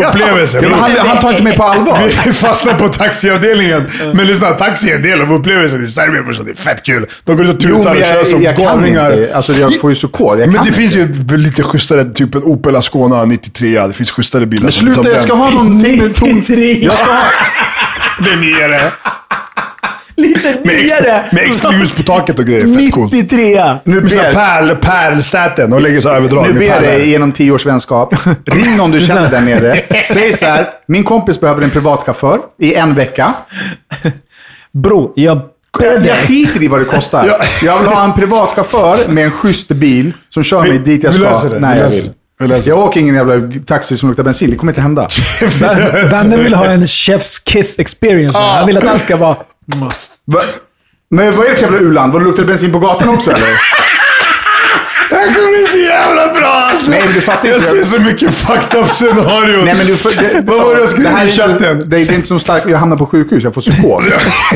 [SPEAKER 4] Ja.
[SPEAKER 1] upplevelse.
[SPEAKER 4] Ja, men han, han tar inte mig på allvar.
[SPEAKER 1] Vi fastnar på taxiavdelningen. Men lyssna, taxi är en del av upplevelsen i Serbien brorsan. Det är fett kul. De går ut och
[SPEAKER 4] Jo,
[SPEAKER 1] tutar
[SPEAKER 4] men
[SPEAKER 1] och
[SPEAKER 4] jag-
[SPEAKER 1] kör som
[SPEAKER 4] jag kan
[SPEAKER 1] galningar.
[SPEAKER 4] inte. Alltså, jag får ju så kål. Jag
[SPEAKER 1] Men det
[SPEAKER 4] kan
[SPEAKER 1] finns ju lite schysstare, typ en Opel Ascona 93. Det finns schysstare bilar.
[SPEAKER 4] Men
[SPEAKER 1] som tar
[SPEAKER 4] sluta, jag
[SPEAKER 1] den.
[SPEAKER 4] ska ha någonting med ton. Jag ska ha...
[SPEAKER 1] Det är nyare.
[SPEAKER 3] Lite
[SPEAKER 1] Med extra, med extra ljus på taket och grejer. Fett coolt.
[SPEAKER 3] 93
[SPEAKER 4] Nu
[SPEAKER 1] Med såna
[SPEAKER 4] ber,
[SPEAKER 1] pärl, pärlsäten. De lägger så här överdrag
[SPEAKER 4] nu
[SPEAKER 1] med
[SPEAKER 4] ber jag dig
[SPEAKER 1] pärlor.
[SPEAKER 4] genom tio års vänskap. Ring någon du känner där nere. Säg så här, min kompis behöver en privatchaufför i en vecka.
[SPEAKER 3] Bro, jag ber
[SPEAKER 4] Jag
[SPEAKER 3] dig.
[SPEAKER 4] skiter i vad det kostar.
[SPEAKER 1] Ja.
[SPEAKER 4] Jag vill ha en privatchaufför med en schysst bil som kör
[SPEAKER 1] Vi-
[SPEAKER 4] mig dit jag
[SPEAKER 1] vi
[SPEAKER 4] ska.
[SPEAKER 1] löser det,
[SPEAKER 4] Nej,
[SPEAKER 1] vi
[SPEAKER 4] jag
[SPEAKER 1] löser
[SPEAKER 4] vill.
[SPEAKER 1] det, vi löser
[SPEAKER 4] Jag åker ingen jävla taxi som luktar bensin. Det kommer inte hända.
[SPEAKER 1] Alltså,
[SPEAKER 3] Danne vill ha en chef's kiss experience. Han vill att han ska vara...
[SPEAKER 4] Va? Men vad är det för jävla u-land? Vad luktar det bensin på gatan också eller?
[SPEAKER 1] Det här går så jävla bra alltså.
[SPEAKER 4] Nej, men du fattar
[SPEAKER 1] jag
[SPEAKER 4] inte.
[SPEAKER 1] ser så mycket fucked up scenarion.
[SPEAKER 4] Nej, men du, får-
[SPEAKER 1] Vad var det jag
[SPEAKER 4] Det här
[SPEAKER 1] skrev
[SPEAKER 4] är
[SPEAKER 1] i
[SPEAKER 4] inte-
[SPEAKER 1] chatten?
[SPEAKER 4] Det, det är inte så starkt. Jag hamnar på sjukhus. Jag får psykos.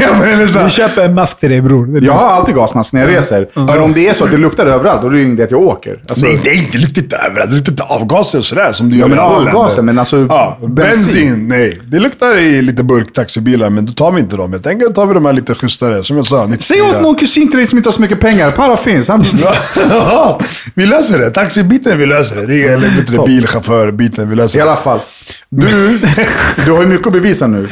[SPEAKER 1] Ja, men lyssna.
[SPEAKER 3] Vi köper en mask till dig bror. Det
[SPEAKER 4] Jag
[SPEAKER 3] är bra.
[SPEAKER 4] har alltid gasmask när jag reser. Men om det är så att det luktar överallt, då är det ju inget att jag ååker. Alltså,
[SPEAKER 1] Nej, det är inte luktigt överallt. Det luktar inte avgaser och sådär som du gör
[SPEAKER 4] men
[SPEAKER 1] i alla
[SPEAKER 4] avgaser,
[SPEAKER 1] länder.
[SPEAKER 4] men alltså,
[SPEAKER 1] Ja, bensin.
[SPEAKER 4] bensin.
[SPEAKER 1] nej. Det luktar i lite burktaxibilar, men då tar vi inte dem. Jag tänker då tar vi de här lite schysstare, som jag sa. 94.
[SPEAKER 4] Säg åt någon kusin till dig som inte har så mycket pengar. Para finns. Han...
[SPEAKER 1] Ja, vi löser det. Taxibiten, vi löser det. Det är eller bättre
[SPEAKER 4] Topp.
[SPEAKER 1] bilchaufförbiten, vi löser
[SPEAKER 4] I
[SPEAKER 1] det.
[SPEAKER 4] alla fall. Du, du har ju mycket att bevisa nu.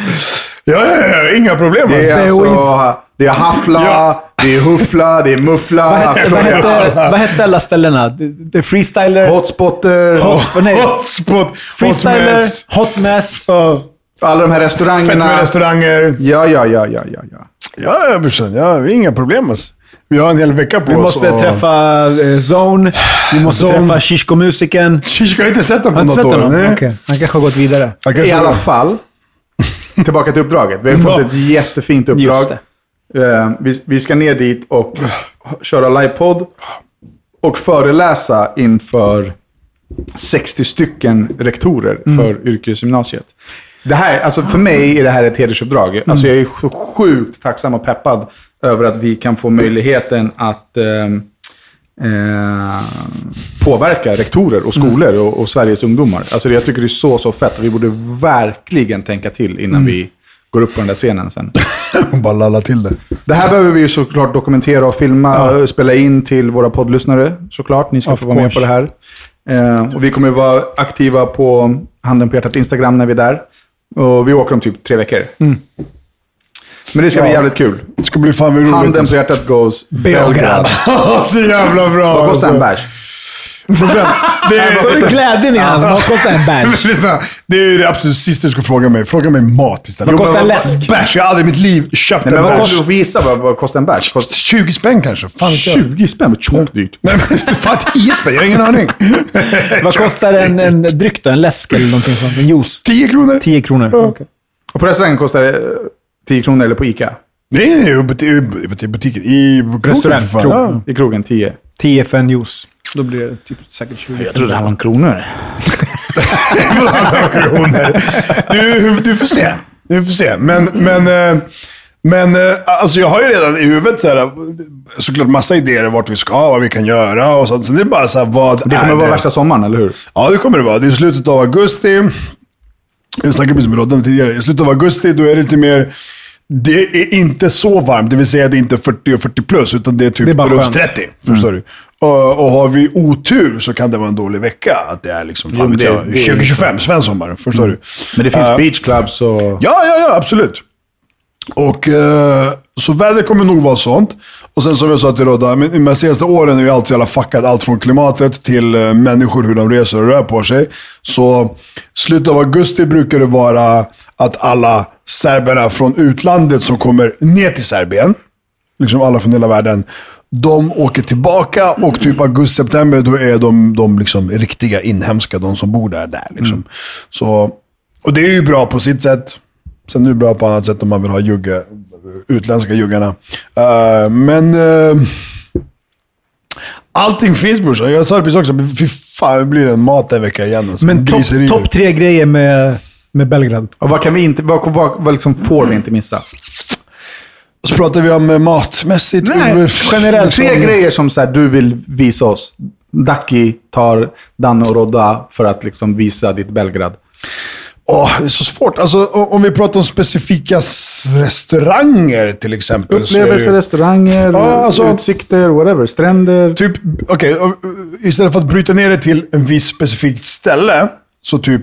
[SPEAKER 1] Ja, ja, ja, inga problem.
[SPEAKER 4] Det är,
[SPEAKER 1] alltså.
[SPEAKER 4] alltså, det är haffla,
[SPEAKER 1] Ja.
[SPEAKER 4] det är huffla, det är
[SPEAKER 3] Vad
[SPEAKER 4] muffla.
[SPEAKER 3] hette-
[SPEAKER 4] förstår
[SPEAKER 3] vad
[SPEAKER 4] du?
[SPEAKER 3] hette- Vad hette alla ställena? Det- det är Freestyler,
[SPEAKER 4] Hotspotter.
[SPEAKER 3] Hot- nej.
[SPEAKER 1] Hotspot,
[SPEAKER 3] freestyler,
[SPEAKER 1] hotmess.
[SPEAKER 3] hot mess.
[SPEAKER 1] Ja,
[SPEAKER 4] Alla de här
[SPEAKER 1] Fett med
[SPEAKER 4] restaurangerna.
[SPEAKER 1] restauranger.
[SPEAKER 4] Ja, ja, ja, ja, ja. ja.
[SPEAKER 1] Ja, ja, brorsan. Ja, vi har inga problem alltså. Vi har en hel vecka på
[SPEAKER 3] Vi
[SPEAKER 1] oss.
[SPEAKER 3] måste
[SPEAKER 1] och-
[SPEAKER 3] träffa eh, Zone. Vi måste
[SPEAKER 1] Alltså- Zone.
[SPEAKER 3] träffa Shishko-musikern.
[SPEAKER 1] Shishka har inte sett den på
[SPEAKER 3] Har du
[SPEAKER 1] något
[SPEAKER 3] inte sett
[SPEAKER 1] år.
[SPEAKER 3] honom?
[SPEAKER 1] nej.
[SPEAKER 3] Okej, Han kanske har gått vidare.
[SPEAKER 1] Jag kanske-
[SPEAKER 4] I alla fall, tillbaka till uppdraget. Vi har
[SPEAKER 1] Ja.
[SPEAKER 4] fått ett jättefint uppdrag.
[SPEAKER 3] Just
[SPEAKER 4] Eh, Vi, vi ska ner dit och köra livepodd och föreläsa inför 60 stycken rektorer för yrkesgymnasiet. Det här, alltså för mig är det här ett hedersuppdrag. Alltså jag är så sjukt tacksam och peppad över att vi kan få möjligheten att ehm, eh, påverka rektorer och skolor och, och Sveriges ungdomar. Alltså det- jag tycker det är så, så fett. Vi borde verkligen tänka till innan vi går upp på den där scenen sen.
[SPEAKER 1] Hon bara lalla till det.
[SPEAKER 4] Det här behöver vi ju såklart dokumentera och filma och spela in till våra poddlyssnare såklart. Ni ska
[SPEAKER 3] Of
[SPEAKER 4] få vara med på
[SPEAKER 3] course.
[SPEAKER 4] det här. Eh, och vi kommer vara aktiva på Handen på hjärtat Instagram när vi är där. Och vi åker om typ tre veckor. Men det ska bli
[SPEAKER 1] Mm. Ja.
[SPEAKER 4] jävligt kul.
[SPEAKER 1] Det ska bli fan vad roligt.
[SPEAKER 4] Handen på hjärtat goes
[SPEAKER 3] Belgrad.
[SPEAKER 1] Ja, så jävla bra.
[SPEAKER 4] Vad kostar en
[SPEAKER 1] alltså.
[SPEAKER 4] bärs?
[SPEAKER 1] Problem. Det är,
[SPEAKER 3] Så är glädjen i hans. Vad kostar en badge?
[SPEAKER 1] Lyssna, det är det absolut sista du ska fråga mig. Fråga mig mat istället.
[SPEAKER 3] Vad kostar en
[SPEAKER 1] Jo, men-
[SPEAKER 3] läsk?
[SPEAKER 1] Bärs. Jag har aldrig i mitt liv köpt
[SPEAKER 4] Nej,
[SPEAKER 1] en
[SPEAKER 4] men vad
[SPEAKER 1] bärs.
[SPEAKER 4] kostar, du får gissa vad, vad kostar en bärs? Kost,
[SPEAKER 1] 20 spänn kanske. Fan vet jag.
[SPEAKER 4] 20 spänn? Vad Tjockt dyrt.
[SPEAKER 1] Nej, men fan 10 spänn. Jag har ingen aning.
[SPEAKER 3] Vad kostar en, en dryck då? En läsk eller någonting sånt? En juice?
[SPEAKER 1] 10 kronor?
[SPEAKER 3] 10 kronor. Okej.
[SPEAKER 4] Och på restaurangen kostar det eh, 10 kronor eller på Ica?
[SPEAKER 1] Nej, nej, i but- i but- i butiken. I krogen
[SPEAKER 3] Restaurang,
[SPEAKER 1] för fan.
[SPEAKER 3] krog.
[SPEAKER 1] Ja.
[SPEAKER 4] I krogen 10.
[SPEAKER 3] 10 för en juice. Då blir det typ säkert 20.
[SPEAKER 4] handlade om kronor.
[SPEAKER 1] kronor. Du, du får se. Du får se. Men, men, eh, men eh, alltså jag har ju redan i huvudet så här, såklart massa idéer om vart vi ska, vad vi kan göra och sånt. Sen är det bara så här, vad
[SPEAKER 4] Det kommer
[SPEAKER 1] är
[SPEAKER 4] vara
[SPEAKER 1] det?
[SPEAKER 4] värsta sommaren, eller hur?
[SPEAKER 1] Ja, det kommer det vara. Det är slutet av augusti. Jag snackade precis med Roddan tidigare. I slutet av augusti, då är det lite mer... Det är inte så varmt, det vill säga det är inte 40 och 40 plus, utan det är typ
[SPEAKER 3] Det är bara
[SPEAKER 1] runt
[SPEAKER 3] skönt.
[SPEAKER 1] 30. Förstår
[SPEAKER 4] Mm.
[SPEAKER 1] du? Och, och har vi otur så kan det vara en dålig vecka. Att det är liksom, fan
[SPEAKER 4] men
[SPEAKER 1] vet
[SPEAKER 4] det-
[SPEAKER 1] jag,
[SPEAKER 4] det är- Mm.
[SPEAKER 1] 2025, svensk sommar. Förstår du?
[SPEAKER 4] Men det finns beachclubs och...
[SPEAKER 1] Ja, ja, ja, absolut. Och, eh, så vädret kommer nog vara sånt. Och sen som jag sa till Rodda, men de här senaste åren är ju allt så jävla fuckat. Allt från klimatet till eh, människor, hur de reser och rör på sig. Så slutet av augusti brukar det vara att alla serberna från utlandet som kommer ner till Serbien, liksom alla från hela världen, De åker tillbaka och typ augusti-september då är de, de liksom riktiga inhemska, de som bor där. där liksom. så, och det är ju bra på sitt sätt. Sen är det bra på annat sätt om man vill ha jugge, utländska juggarna. Eh, men... eh, Allting finns brorsan. Jag sa det precis också. Fy fan, det blir en mat en vecka igen. Alltså.
[SPEAKER 3] Men topp
[SPEAKER 1] Griserier.
[SPEAKER 3] top tre grejer med, med Belgrad.
[SPEAKER 4] Och vad, kan vi inte, vad, vad, vad liksom får vi inte missa?
[SPEAKER 1] Så pratar vi om eh, matmässigt.
[SPEAKER 4] Nej,
[SPEAKER 1] Men
[SPEAKER 4] generellt. Tre
[SPEAKER 1] som-
[SPEAKER 4] grejer som så här, du vill visa oss. Daki tar Danne och Rodda för att liksom visa ditt Belgrad.
[SPEAKER 1] Åh, det är så svårt. Alltså, o- om vi pratar om specifika s- restauranger till exempel. så är det ju-
[SPEAKER 4] Upplevelser, restauranger,
[SPEAKER 1] Ja, alltså-
[SPEAKER 4] utsikter, whatever. Stränder.
[SPEAKER 1] Typ, okej, och, och, istället för att bryta ner det till en viss specifikt ställe, så typ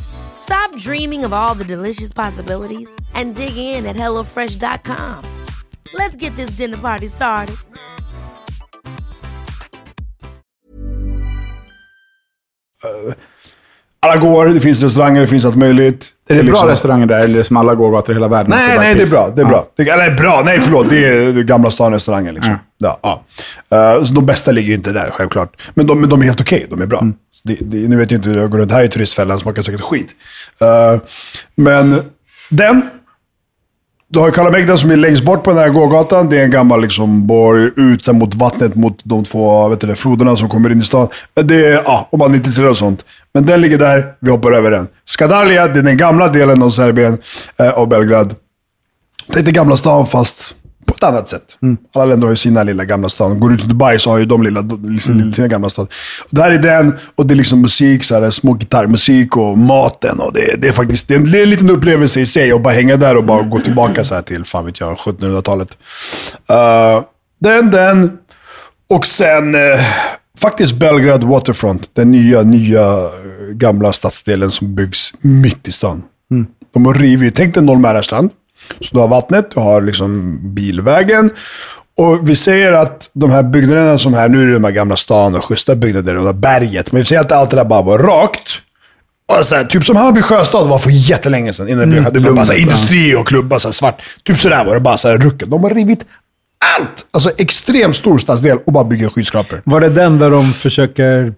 [SPEAKER 5] Stop dreaming of all the delicious possibilities and dig in at HelloFresh.com. Let's get this dinner party started.
[SPEAKER 1] alla går, det finns restauranger, det finns allt möjligt.
[SPEAKER 4] Är det
[SPEAKER 1] liksom,
[SPEAKER 4] bra restauranger där, eller är det som alla gågator i hela världen?
[SPEAKER 1] Nej,
[SPEAKER 4] Till
[SPEAKER 1] nej, det är
[SPEAKER 4] varje
[SPEAKER 1] bra.
[SPEAKER 4] pris?
[SPEAKER 1] Det är
[SPEAKER 4] Ja.
[SPEAKER 1] bra. Det, eller bra, nej förlåt. Det är det Gamla stan-restaurangen liksom. Ja, ja. Eh, så de bästa ligger ju inte där, självklart. Men de, men de är helt okej. De är bra.
[SPEAKER 4] Mm.
[SPEAKER 1] Så Det, det, nu vet jag inte hur jag går runt här i turistfällan, smakar säkert skit. Eh, men den. Du har ju Kalla Mägden som är längst bort på den här gågatan. Det är en gammal liksom, borg ut sen mot vattnet, mot de två vet du, det, floderna som kommer in i stan. Men Det är, ja, om man är intresserad av sånt. Men den ligger där, vi hoppar över den. Skadalia, det är den gamla delen av Serbien eh, och Belgrad. Tänk dig Gamla stan fast på ett annat sätt. Alla länder har ju sina lilla Gamla stan. Går du till Dubai så har ju de liksom, lilla, sin, sina Gamla stan. Och där är den och det är liksom musik, så här, små gitarrmusik och maten. Och det, det är faktiskt det är en, det är en liten upplevelse i sig att bara hänga där och bara gå tillbaka så här till fan vet jag, 1700-talet. Eh, den, den. Och sen eh, faktiskt Belgrad Waterfront. Den nya, nya eh, gamla stadsdelen som byggs mitt i stan. De har rivit. Tänk dig Norrmälarstrand. Så du har vattnet, du har liksom bilvägen. Och vi säger att de här byggnaderna som här, nu är det de här gamla stan och schyssta byggnader och det här berget. Men vi säger att allt det där bara var rakt. Och så här, typ som Hammarby sjöstad var för jättelänge sedan. Innan det blev, det blev bara så här, industri och klubbar, så här, svart. Typ sådär var det bara så här rucket. De har rivit allt. Alltså extremt stor stadsdel och bara bygger skyskrapor.
[SPEAKER 3] Var det den där de försöker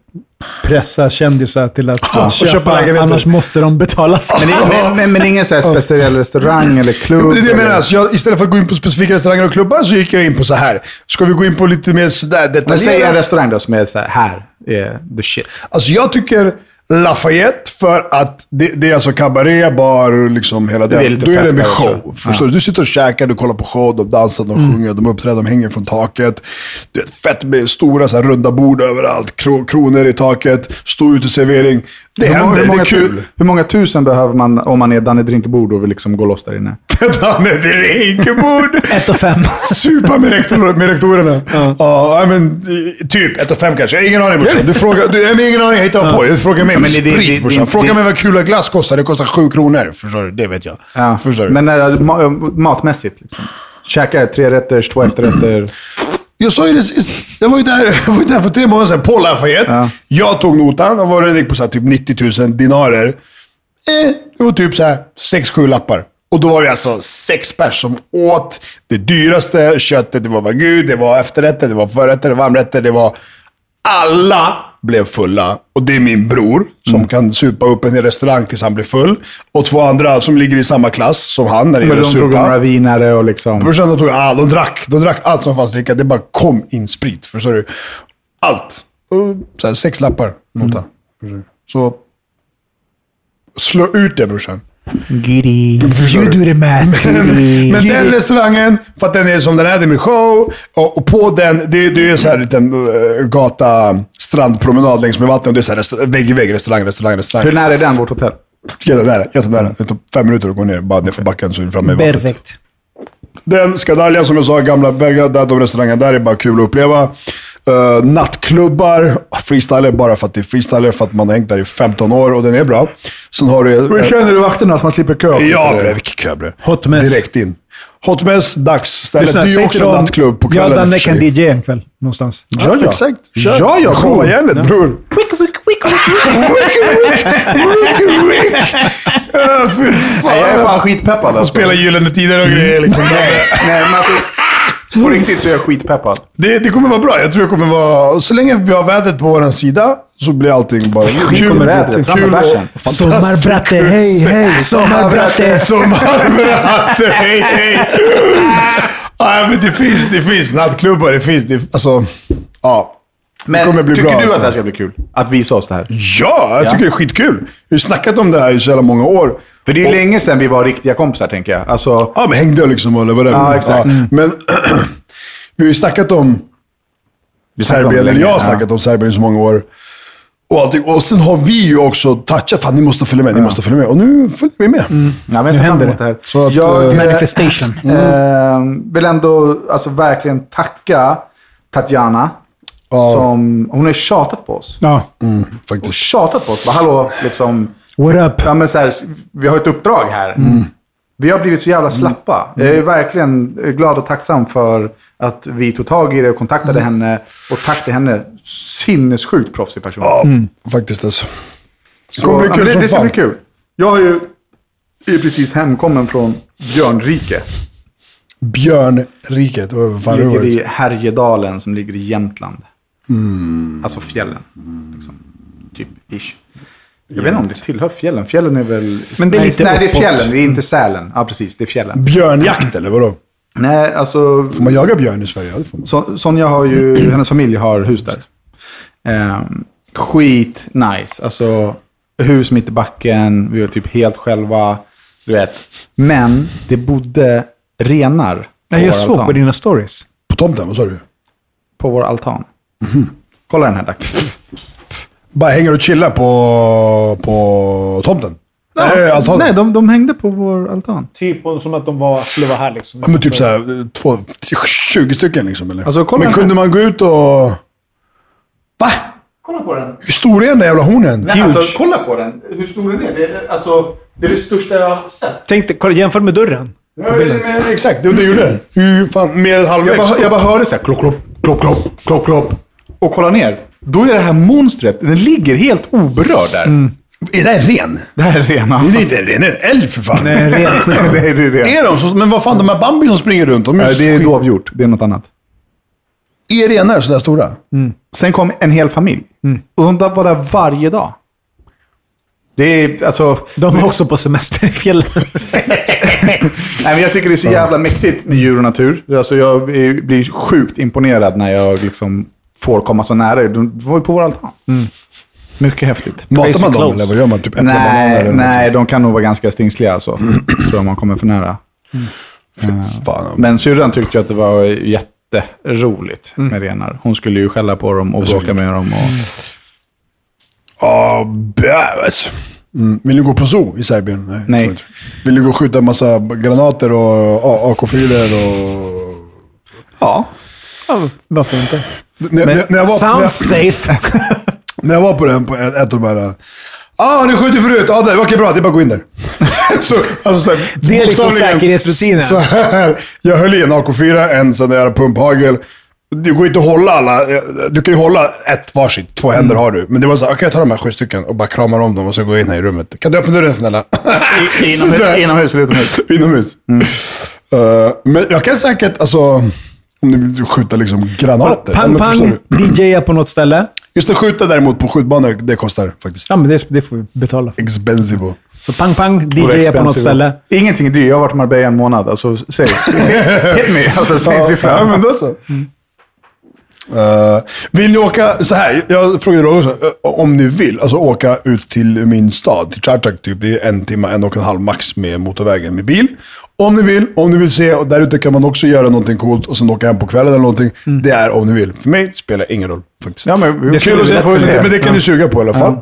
[SPEAKER 3] pressa kändisar till att
[SPEAKER 1] Ja, och
[SPEAKER 3] köpa,
[SPEAKER 1] köpa lägenheter.
[SPEAKER 3] annars måste de betala skatt?
[SPEAKER 4] Men, det- men, men, men ingen så här speciell restaurang eller klubb?
[SPEAKER 1] Det är det jag menar.
[SPEAKER 4] eller-
[SPEAKER 1] Alltså, jag, istället för att gå in på specifika restauranger och klubbar så gick jag in på så här. Ska vi gå in på lite mer sådär
[SPEAKER 4] Men säg en
[SPEAKER 1] detaljerat?
[SPEAKER 4] restaurang då som är så här, här är the shit.
[SPEAKER 1] Alltså jag tycker Lafayette för att det, det är alltså kabaré, bar, liksom hela
[SPEAKER 4] Det är
[SPEAKER 1] den.
[SPEAKER 4] lite
[SPEAKER 1] Då är det med
[SPEAKER 4] festare,
[SPEAKER 1] show.
[SPEAKER 4] alltså.
[SPEAKER 1] Förstår du? Du sitter och käkar, du kollar på show, de dansar, de
[SPEAKER 4] Mm.
[SPEAKER 1] sjunger, de uppträder, de hänger från taket. Det är fett med stora så här, runda bord överallt, kro, kronor i taket, stor uteservering. Det
[SPEAKER 4] Hur många-
[SPEAKER 1] händer,
[SPEAKER 4] hur
[SPEAKER 1] det
[SPEAKER 4] många
[SPEAKER 1] är
[SPEAKER 4] tu-
[SPEAKER 1] kul.
[SPEAKER 4] Hur många tusen behöver man om man är Danne Drinkebord och vill liksom gå loss där inne?
[SPEAKER 1] Danne Drinkebord!
[SPEAKER 3] Ett och fem.
[SPEAKER 1] Supa med, rektor, med rektorerna. Ja, nej, men eh, typ ett och fem kanske. Jag har ingen aning brorsan. Du frågar, du, jag har ingen aning, jag hittar på. Du frågar mig om
[SPEAKER 4] Men det- det-
[SPEAKER 1] sprit
[SPEAKER 4] det-
[SPEAKER 1] brorsan.
[SPEAKER 4] det-
[SPEAKER 1] Fråga
[SPEAKER 4] det-
[SPEAKER 1] mig vad kula glass kostar. Det kostar sju kronor. Förstår du? Det vet jag.
[SPEAKER 4] Ja.
[SPEAKER 1] Förstår du?
[SPEAKER 4] Men eh, ma- matmässigt liksom. Käka tre rätter, två efterrätter.
[SPEAKER 1] Jag sa ju det sist. Jag var ju där, jag var ju där för tre månader sedan på Lafayette. Jag tog notan. och var den gick på så här, typ 90 000 dinarer. Eh, det var typ så här 6-7 lappar. Och då var vi alltså sex pers som åt det dyraste köttet. Det var wagyu, det var efterrätter, det var förrätter, det var varmrätter, det var... Alla blev fulla. Och det är min bror som
[SPEAKER 4] Mm.
[SPEAKER 1] kan supa upp en hel restaurang tills han blir full. Och två andra som ligger i samma klass som han när det
[SPEAKER 4] Men
[SPEAKER 1] gäller
[SPEAKER 4] de
[SPEAKER 1] supa.
[SPEAKER 4] drog några vinare och liksom...
[SPEAKER 1] Brorsan de tog, ah, de drack. De drack allt som fanns att dricka. Det bara kom in sprit. Förstår du? Allt. Och så här, sex lappar nota. Så slå ut det brorsan.
[SPEAKER 3] Giddy.
[SPEAKER 1] Förstår
[SPEAKER 3] You
[SPEAKER 1] du?
[SPEAKER 3] do the math. Mm.
[SPEAKER 1] Men den restaurangen, för att den är som den är, det är med show. Och, och på den, det, det är en sån här liten eh, gata, strandpromenad längs med vattnet. Och det är så här restaur- vägg i vägg, restaurang, restaurang,
[SPEAKER 4] Hur
[SPEAKER 1] restaurang.
[SPEAKER 4] nära är den vårt hotell?
[SPEAKER 1] Jättenära, jättenära. Det tar fem minuter att gå ner, bara ner för backen så är du framme i vattnet.
[SPEAKER 3] Perfekt.
[SPEAKER 1] Den Skadalia som jag sa, gamla Berga, där de restaurangerna där är bara kul att uppleva. Eh, nattklubbar, freestyler bara för att det är freestyler, för att man har hängt där i 15 år och den är bra. Sen har du... eh,
[SPEAKER 4] Hur känner du vakterna så man slipper kö?
[SPEAKER 1] Ja, bre, vilken kö bre.
[SPEAKER 3] Hot mess.
[SPEAKER 1] Direkt in. Hot mess, dagsstället. Det
[SPEAKER 3] Lyssna,
[SPEAKER 1] är
[SPEAKER 3] säg
[SPEAKER 1] ju
[SPEAKER 3] till
[SPEAKER 1] också
[SPEAKER 3] dem-
[SPEAKER 1] nattklubb på kvällen.
[SPEAKER 3] Jag och
[SPEAKER 1] i och
[SPEAKER 3] Danne
[SPEAKER 1] för
[SPEAKER 3] kan
[SPEAKER 1] sig.
[SPEAKER 3] DJa en kväll någonstans.
[SPEAKER 1] Ja, ja. Exakt. Kör.
[SPEAKER 4] Ja, ja,
[SPEAKER 1] Showa
[SPEAKER 4] cool.
[SPEAKER 1] järnet bror. Ja, fy
[SPEAKER 4] Nej, jag är fan
[SPEAKER 1] fan.
[SPEAKER 4] skitpeppad
[SPEAKER 1] Han
[SPEAKER 4] alltså.
[SPEAKER 1] spelar Gyllene Tider och grejer liksom.
[SPEAKER 4] Nej, nej, men alltså. På riktigt så är jag skitpeppad.
[SPEAKER 1] Det, det kommer vara bra. Jag tror det kommer vara... Så länge vi har vädret på vår sida så blir allting bara
[SPEAKER 4] Skit kommer vädret, fram med bärsen.
[SPEAKER 3] Sommarbratte, hej, hej! Sommarbratte!
[SPEAKER 1] Sommarbratte, hej hej! Ja, men det finns, det finns nattklubbar. Det finns, det, alltså... Ja.
[SPEAKER 4] Men
[SPEAKER 1] det kommer bli
[SPEAKER 4] tycker
[SPEAKER 1] bra.
[SPEAKER 4] du
[SPEAKER 1] alltså.
[SPEAKER 4] att det här ska bli kul? Att visa oss det här?
[SPEAKER 1] Ja, jag
[SPEAKER 4] Ja.
[SPEAKER 1] tycker det är skitkul. Vi har snackat om det här i så jävla många år.
[SPEAKER 4] För det är ju
[SPEAKER 1] Och-
[SPEAKER 4] länge sedan vi var riktiga kompisar, tänker jag. Alltså,
[SPEAKER 1] Ja, men hängde liksom eller vad det
[SPEAKER 4] Ja, exakt. Mm.
[SPEAKER 1] Men vi har ju snackat om
[SPEAKER 4] vi snackade om det
[SPEAKER 1] Serbien, eller
[SPEAKER 4] länge.
[SPEAKER 1] jag har snackat om Serbien i så många år. Och, allting. och sen har vi ju också touchat, fan ni måste följa med, ni måste följa med. Och nu följer vi med.
[SPEAKER 4] Ja, men jag ser fram emot det här.
[SPEAKER 1] Så att,
[SPEAKER 4] jag
[SPEAKER 1] eh,
[SPEAKER 4] eh,
[SPEAKER 3] Manifestation.
[SPEAKER 4] eh, vill ändå alltså, verkligen tacka Tatjana. Som, hon har tjatat på oss.
[SPEAKER 3] Ja.
[SPEAKER 4] Och
[SPEAKER 1] Mm, Faktiskt.
[SPEAKER 4] tjatat på oss. Bara, Hallå, liksom.
[SPEAKER 3] What up?
[SPEAKER 4] Ja, men så här, vi har ett uppdrag här.
[SPEAKER 1] Mm.
[SPEAKER 4] Vi har blivit så jävla slappa. Jag är verkligen glad och tacksam för att vi tog tag i det och kontaktade
[SPEAKER 1] Mm.
[SPEAKER 4] henne. Och tack till henne. Sinnessjukt proffsig person.
[SPEAKER 1] Ja, faktiskt alltså. Det
[SPEAKER 4] Så,
[SPEAKER 1] kommer bli
[SPEAKER 4] ja, men
[SPEAKER 1] kul
[SPEAKER 4] det,
[SPEAKER 1] som
[SPEAKER 4] det ska
[SPEAKER 1] fan.
[SPEAKER 4] bli kul. Jag är ju är ju precis hemkommen från Björnrike.
[SPEAKER 1] Björnriket, vad fan det
[SPEAKER 4] ligger
[SPEAKER 1] var.
[SPEAKER 4] i Härjedalen som ligger i Jämtland.
[SPEAKER 3] Mm.
[SPEAKER 4] Alltså fjällen. Liksom. Typ, ish. Jag vet inte om det tillhör fjällen. Fjällen är väl...
[SPEAKER 3] Men det är
[SPEAKER 4] nej,
[SPEAKER 3] lite
[SPEAKER 4] nej, det är
[SPEAKER 3] uppåt.
[SPEAKER 4] fjällen. Det är inte Sälen. Ja, precis. Det är fjällen.
[SPEAKER 1] Björnjakt eller vadå?
[SPEAKER 4] Nej, alltså...
[SPEAKER 1] Får man jaga björn i Sverige? Ja, det får man.
[SPEAKER 4] So- Sonja har ju... Hennes familj har hus där. Ehm, skit nice. Alltså, hus mitt i backen. Vi var typ helt själva. Du vet. Men det bodde renar på
[SPEAKER 3] Nej, jag
[SPEAKER 4] vår
[SPEAKER 3] såg på
[SPEAKER 4] altan.
[SPEAKER 3] dina stories.
[SPEAKER 1] På tomten, vad sa du?
[SPEAKER 4] På vår altan.
[SPEAKER 3] Mhm.
[SPEAKER 4] Kolla den här, Dac.
[SPEAKER 1] Bara hänger och chillar på, på tomten? Nej, altanen?
[SPEAKER 4] Nej, de, de hängde på vår altan.
[SPEAKER 3] Typ som att de var, skulle vara här liksom.
[SPEAKER 1] Ja, men typ såhär, två, 20 stycken liksom eller?
[SPEAKER 4] Alltså, kolla
[SPEAKER 1] men
[SPEAKER 4] här.
[SPEAKER 1] kunde man gå ut och... Va?
[SPEAKER 4] Kolla på den.
[SPEAKER 1] Hur stor är den där jävla hornen?
[SPEAKER 4] Nej, alltså, kolla på den. Hur stor den är. Det är, alltså, det, är det största jag har sett.
[SPEAKER 3] Tänk dig, kolla, jämför med dörren.
[SPEAKER 1] Ja, men, exakt, det var det jag gjorde. Hur fan, mer än
[SPEAKER 4] Jag
[SPEAKER 1] halvvägs.
[SPEAKER 4] bara, jag bara hörde så här klopp, klopp, klopp, klopp, klopp, klopp. Och kolla ner. Då är det här monstret, den ligger helt oberörd där.
[SPEAKER 1] Är det här ren?
[SPEAKER 4] Mm. Det här är rena.
[SPEAKER 1] Det är inte en ren, det är en älg för fan.
[SPEAKER 3] Nej, ren.
[SPEAKER 4] det är, det är, det.
[SPEAKER 1] Är de så, men vad fan, de här Bambi som springer runt, de är,
[SPEAKER 4] Nej,
[SPEAKER 1] ju
[SPEAKER 4] det är
[SPEAKER 1] skit-
[SPEAKER 4] dovhjort. Det är något annat.
[SPEAKER 1] är renar sådär stora?
[SPEAKER 4] Sen kom en hel familj. Och de där var där varje dag. Det är alltså...
[SPEAKER 3] De var också på semester i fjällen.
[SPEAKER 4] Nej, men jag tycker det är så jävla mäktigt med djur och natur. Alltså, jag är- blir sjukt imponerad när jag liksom får komma så nära. De var ju på vår altan. Mycket häftigt.
[SPEAKER 1] Matar
[SPEAKER 3] Crazy
[SPEAKER 1] man dem
[SPEAKER 3] close.
[SPEAKER 1] eller vad gör man? Typ äpplen, bananer
[SPEAKER 4] Nej,
[SPEAKER 1] eller
[SPEAKER 4] nej, de kan nog vara ganska stingsliga alltså. Tror jag man kommer för nära.
[SPEAKER 1] något? Fan,
[SPEAKER 4] Men syrran tyckte ju att det var jätteroligt med renar. Hon skulle ju skälla på dem och bråka med dem. Och...
[SPEAKER 1] Ja, bävers. Mm. Vill ni gå på zoo i Serbien? Nej.
[SPEAKER 4] Nej.
[SPEAKER 1] tror jag inte. Vill ni gå och skjuta en massa granater och A- AK-filer och...
[SPEAKER 4] Ja.
[SPEAKER 3] Ja, varför inte?
[SPEAKER 1] När, när, när, jag var, när, jag,
[SPEAKER 3] Sounds safe.
[SPEAKER 1] när jag var på den, på ett, ett av de här... Ja, ah, har ni skjutit förut? Ja, ah, okej bra. Det är bara att gå in där. så, alltså, så här,
[SPEAKER 3] Det är liksom
[SPEAKER 1] bokstavligen,
[SPEAKER 3] säkerhetsrutinen.
[SPEAKER 1] Så här, jag höll i en AK4, en sån där pumphagel. Det går inte att hålla alla. Du kan ju hålla ett varsitt. Två händer har du. Men det var så här, okej jag tar de här sju stycken och bara kramar om dem och så går jag in här i rummet. Kan du öppna dörren snälla?
[SPEAKER 4] I,
[SPEAKER 1] Mm. Sådär.
[SPEAKER 4] inomhus, inomhus Mm. eller utomhus?
[SPEAKER 1] Inomhus. Eh, men jag kan säkert, alltså, om ni vill skjuta liksom granater. Ja,
[SPEAKER 3] Pang,
[SPEAKER 1] men förstår
[SPEAKER 3] pang,
[SPEAKER 1] du?
[SPEAKER 3] DJa på något ställe.
[SPEAKER 1] Just att skjuta däremot på skjutbanor, det kostar faktiskt.
[SPEAKER 3] Ja, men det, det får vi betala för.
[SPEAKER 1] Expensive.
[SPEAKER 3] Så pang, pang, DJa på något ställe.
[SPEAKER 4] Ingenting är dyrt. Jag har varit i Marbella en månad. Alltså, säg. Hit me. Alltså, säg siffran.
[SPEAKER 1] Ja, men då så. Mm. Eh, vill ni åka, så här, jag frågade då också, eh, om ni vill, alltså åka ut till min stad, till Chartak typ, det är en timme, en och en halv max med motorvägen med bil. Om ni vill, om ni vill se, och där ute kan man också göra någonting coolt och sen åka hem på kvällen eller någonting. Det är om ni vill. För mig spelar ingen roll faktiskt.
[SPEAKER 4] Ja, men
[SPEAKER 1] Mm. det
[SPEAKER 4] det skulle
[SPEAKER 1] kul att
[SPEAKER 4] vi
[SPEAKER 1] se,
[SPEAKER 4] lätt
[SPEAKER 1] får vi
[SPEAKER 4] kunna
[SPEAKER 1] se.
[SPEAKER 4] göra.
[SPEAKER 1] Men det kan ni suga på i alla fall.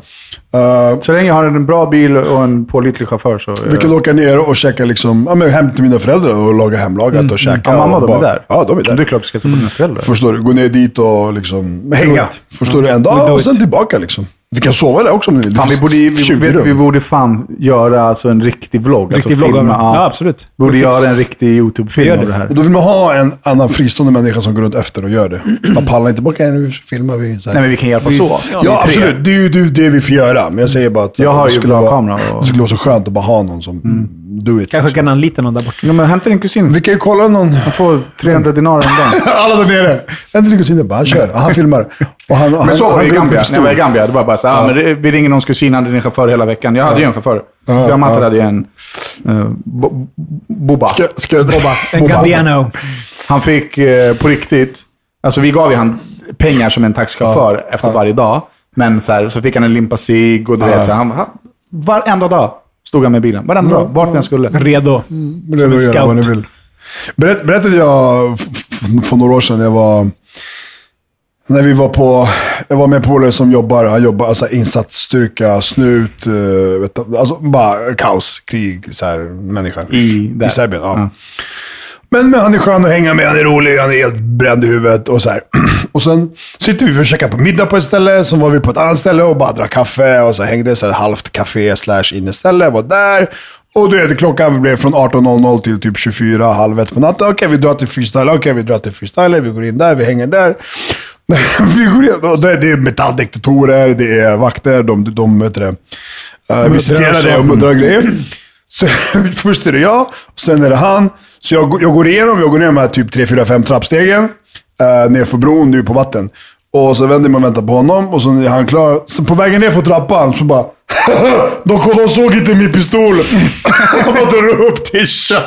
[SPEAKER 1] Eh,
[SPEAKER 4] Så länge jag har en bra bil och en pålitlig chaufför så... eh,
[SPEAKER 1] vi kan åka ner och käka liksom, ja, men hem till mina föräldrar och laga hemlagat och käka.
[SPEAKER 4] Mm, ja, mamma
[SPEAKER 1] och
[SPEAKER 4] de är
[SPEAKER 1] bara-
[SPEAKER 4] där.
[SPEAKER 1] Ja, de är där. Mm.
[SPEAKER 4] Det är klart du ska se på dina föräldrar.
[SPEAKER 1] Förstår du? Gå ner dit och liksom hänga. Förstår du? En
[SPEAKER 3] We
[SPEAKER 1] dag
[SPEAKER 3] do
[SPEAKER 1] och
[SPEAKER 3] it.
[SPEAKER 1] sen tillbaka liksom. Vi kan sova där också om ni vill.
[SPEAKER 4] Mm. Fan, vi, borde, ju- vi,
[SPEAKER 1] 20
[SPEAKER 4] vi, vi
[SPEAKER 1] typ rum.
[SPEAKER 4] borde fan göra alltså, en riktig vlogg.
[SPEAKER 3] Riktig
[SPEAKER 4] alltså,
[SPEAKER 3] vlogg av
[SPEAKER 4] filma,
[SPEAKER 3] det. Ja, absolut.
[SPEAKER 4] Borde
[SPEAKER 3] Det finns.
[SPEAKER 4] göra en riktig
[SPEAKER 3] Gör
[SPEAKER 4] YouTube-film av
[SPEAKER 3] det.
[SPEAKER 4] det här.
[SPEAKER 1] Och då vill man ha en annan fristående människa som går runt efter och gör det. Man pallar inte bara, okej nu filmar vi. Så här.
[SPEAKER 4] Nej, men vi kan hjälpas åt.
[SPEAKER 1] ja,
[SPEAKER 4] Vi tre.
[SPEAKER 1] absolut. Det är ju det, är det vi får göra. Men jag säger bara att
[SPEAKER 4] Jag har
[SPEAKER 1] det
[SPEAKER 4] ju
[SPEAKER 1] skulle
[SPEAKER 4] bra
[SPEAKER 1] vara-
[SPEAKER 4] kamera och- Mm.
[SPEAKER 1] Det skulle vara så skönt att bara ha någon som do it.
[SPEAKER 3] Kanske kan anlita någon där borta.
[SPEAKER 4] Ja, men hämta din kusin.
[SPEAKER 1] Vi kan ju kolla någon.
[SPEAKER 4] Han får 300 dinarer om dagen.
[SPEAKER 1] Alla där nere. Henrik och Sine bara, han kör. Han filmar. Och han, han,
[SPEAKER 4] Men så
[SPEAKER 1] han
[SPEAKER 4] var det i
[SPEAKER 1] går upp
[SPEAKER 4] Gambia.
[SPEAKER 1] med
[SPEAKER 4] När jag var i
[SPEAKER 1] pistol.
[SPEAKER 4] Gambia, det var bara så här, ah, men det- vi ringer någons kusin, han hade en chaufför hela veckan. Jag hade ju en chaufför. Jag och Matte hade ju en eh, bo, Boba.
[SPEAKER 1] Ska, ska jag...
[SPEAKER 3] En Gambiano.
[SPEAKER 4] Han fick eh, på riktigt, alltså vi gav ju han pengar som en taxichaufför efter varje dag. Men så, här, så fick han en limpa cigg och du vet, så här, han, han, varenda dag stod han med bilen. Varenda dag, vart jag skulle.
[SPEAKER 3] Redo.
[SPEAKER 1] Redo att göra
[SPEAKER 3] scout.
[SPEAKER 1] vad ni vill. Berätt, berättade jag f- f- för några år sedan, när jag var... När vi var på... Jag var med en polare som jobbar, han jobbar alltså insatsstyrka, snut, eh, vet, du, alltså bara kaos, krig, så här, människa.
[SPEAKER 4] I- där.
[SPEAKER 1] I Serbien, ja. Men, men han är skön att hänga med, han är rolig, han är helt bränd i huvudet och så här. Och sen sitter vi och käkar på middag på ett ställe, så var vi på ett annat ställe och bara drack kaffe och så hängde så här halvt café slash inneställe, var där. Och du vet, klockan blev från 18.00 till typ 24, halv ett på natten. Okej, vi drar till freestyler. Okej, vi drar till freestyler. Vi går in där, vi hänger där. vi går in, och det, det är metalldetektorer, det är vakter, de, de vet du det, eh, visiterar det och muddrar grejer. Så, först är det jag, och sen är det han. Så jag, går- jag går igenom, jag går ner de här typ 3, 4, 5 trappstegen. Eh, nerför bron, nu på vatten. Och så vänder man och väntar på honom och så är han klar. Sen på vägen ner för trappan så bara... de, kom, de såg inte min pistol! Han bara drar upp tishan.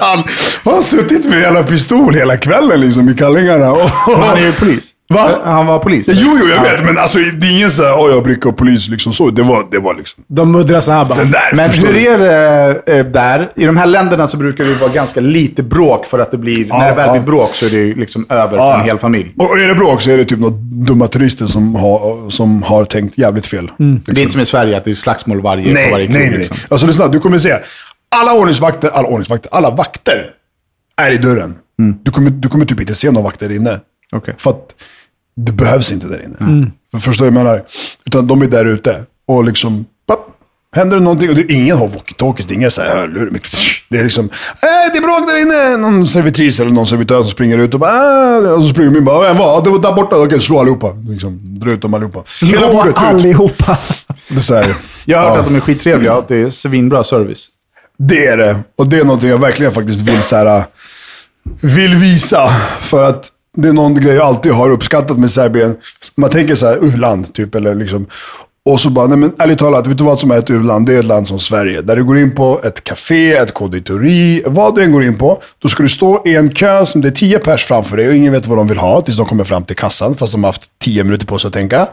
[SPEAKER 1] Han har suttit med hela pistol hela kvällen liksom i kallingarna. Och,
[SPEAKER 4] Han är ju polis.
[SPEAKER 1] Va?
[SPEAKER 4] Han var polis.
[SPEAKER 1] Jo, jo, jag vet. Men alltså, det är ingen såhär, åh, jag brukar polis liksom så. Det var, det var liksom
[SPEAKER 3] De muddrar så här bara.
[SPEAKER 1] den där.
[SPEAKER 4] Men
[SPEAKER 1] förstår
[SPEAKER 4] hur
[SPEAKER 1] du?
[SPEAKER 4] är det eh, där? I de här länderna så brukar det ju vara ganska lite bråk för att det blir,
[SPEAKER 1] Ja,
[SPEAKER 4] när det väl
[SPEAKER 1] ja.
[SPEAKER 4] blir bråk så är det ju liksom över för en hel familj.
[SPEAKER 1] Och och är det bråk så är det typ några dumma turister som har, som har tänkt jävligt fel.
[SPEAKER 4] Det är inte som i Sverige att det är slagsmål varje,
[SPEAKER 1] Nej,
[SPEAKER 4] på varje
[SPEAKER 1] nej,
[SPEAKER 4] krog.
[SPEAKER 1] nej. nej.
[SPEAKER 4] liksom.
[SPEAKER 1] Alltså lyssna, du kommer se. Alla ordningsvakter, alla ordningsvakter, alla vakter är i dörren. Du, kommer, du kommer typ inte se några vakter där inne.
[SPEAKER 4] Mm. Okej. Mm.
[SPEAKER 1] För att det behövs inte där inne. För- Förstår du vad jag menar? Utan de är där ute och liksom, papp, händer det någonting. Och det, ingen har walkie-talkies, det är inga så här hörlurar. men Det är liksom, äh, det är bråk där inne! Någon servitris eller någon servitör som springer ut och bara, äh, och så springer de in och bara, vem var? "Ja, Det var där borta. Okej, slå allihopa. Liksom, dra ut dem allihopa. Hela
[SPEAKER 3] Slå
[SPEAKER 1] bordet ut.
[SPEAKER 3] allihopa.
[SPEAKER 1] Det är så här,
[SPEAKER 4] Jag har hört
[SPEAKER 1] ja.
[SPEAKER 4] att de är skittrevliga och att det är svinbra service.
[SPEAKER 1] Det är det. Och det är någonting jag verkligen faktiskt vill, så här, vill visa. För att det är någon grej jag alltid har uppskattat med Serbien. Man tänker så här, u-land typ. Eller liksom. Och så bara, nej men ärligt talat, vet du vad som är ett u-land? Det är ett land som Sverige. Där du går in på ett café, ett konditori, vad du än går in på. Då ska du stå i en kö som det är tio pers framför dig och ingen vet vad de vill ha tills de kommer fram till kassan. Fast de har haft tio minuter på sig att tänka.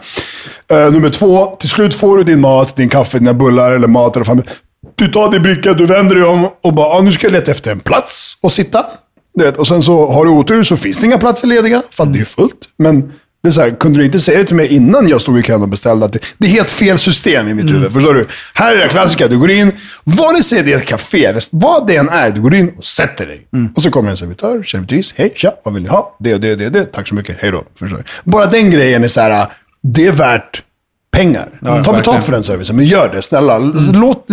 [SPEAKER 1] Eh, nummer två, till slut får du din mat, din kaffe, dina bullar eller mat. Eller vad fan. Du tar din bricka, du vänder dig om och bara, ah, nu ska jag leta efter en plats och sitta. Du vet, och sen så har du otur så finns det inga platser lediga, för att det är ju fullt. Men det är så här, kunde du inte säga det till mig innan jag stod i kön och beställde? Att det, det är helt fel system i mitt huvud. Förstår du? Här är det klassiska. Du går in, vare sig det är ett café, rest- vad det än är, du går in och sätter dig. Och så kommer en servitör, servitris. Hej, tja, vad vill ni ha? Det och det och det, och det. Tack så mycket, hej då. Förstår du? Bara den grejen är så här, det är värt pengar. Ta betalt
[SPEAKER 4] verkligen.
[SPEAKER 1] för den servicen, men gör det. Snälla, låt,